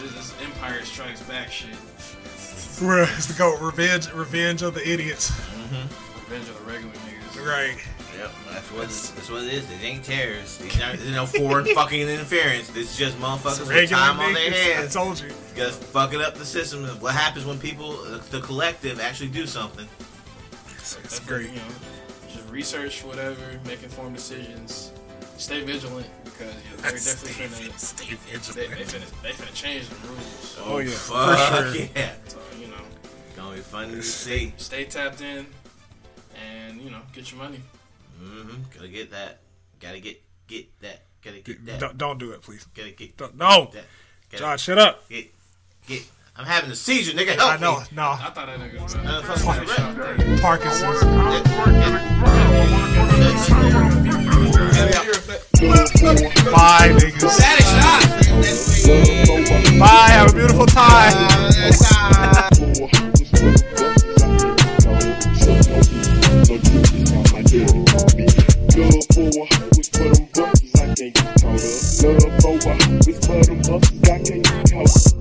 S1: this is Empire Strikes Back shit.
S2: Bruh, it's the goat. Revenge, revenge of the idiots.
S1: Revenge of the regular niggas.
S2: Right.
S3: Yep, that's what, that's what it is. It ain't terrorists. These aren't, there's no foreign fucking interference. This is just motherfuckers with
S2: Regular
S3: time on their
S2: niggas. I
S3: hands.
S2: told you.
S3: Just fucking up the system. And What happens when people, the collective, actually do something?
S2: It's, it's
S1: That's
S2: great.
S1: You know, just research whatever, make informed decisions, stay vigilant because you know, they're definitely finna
S2: Steve
S1: they, they finna they finna change the rules. So,
S2: Oh, yeah,
S3: fuck
S2: for sure.
S3: yeah.
S1: so, you know,
S3: Gonna be fun to see.
S1: stay tapped in, and and you know get your money.
S3: Mm-hmm. Gotta get that. Gotta get get that. Gotta get that.
S4: Don't, don't do it, please.
S3: Gotta get
S4: Don't- no,
S3: that. Gotta
S4: John, shut up.
S3: Get get. I'm having a seizure, nigga. Help
S2: I know,
S3: me.
S2: no.
S1: I thought that nigga was uh,
S3: Uh, fuck my rep.
S2: Parkinson's. Bye, niggas.
S3: Static shock.
S2: Bye. Have a beautiful time.
S5: Love for a hoop is for them buses, I can't get caught up.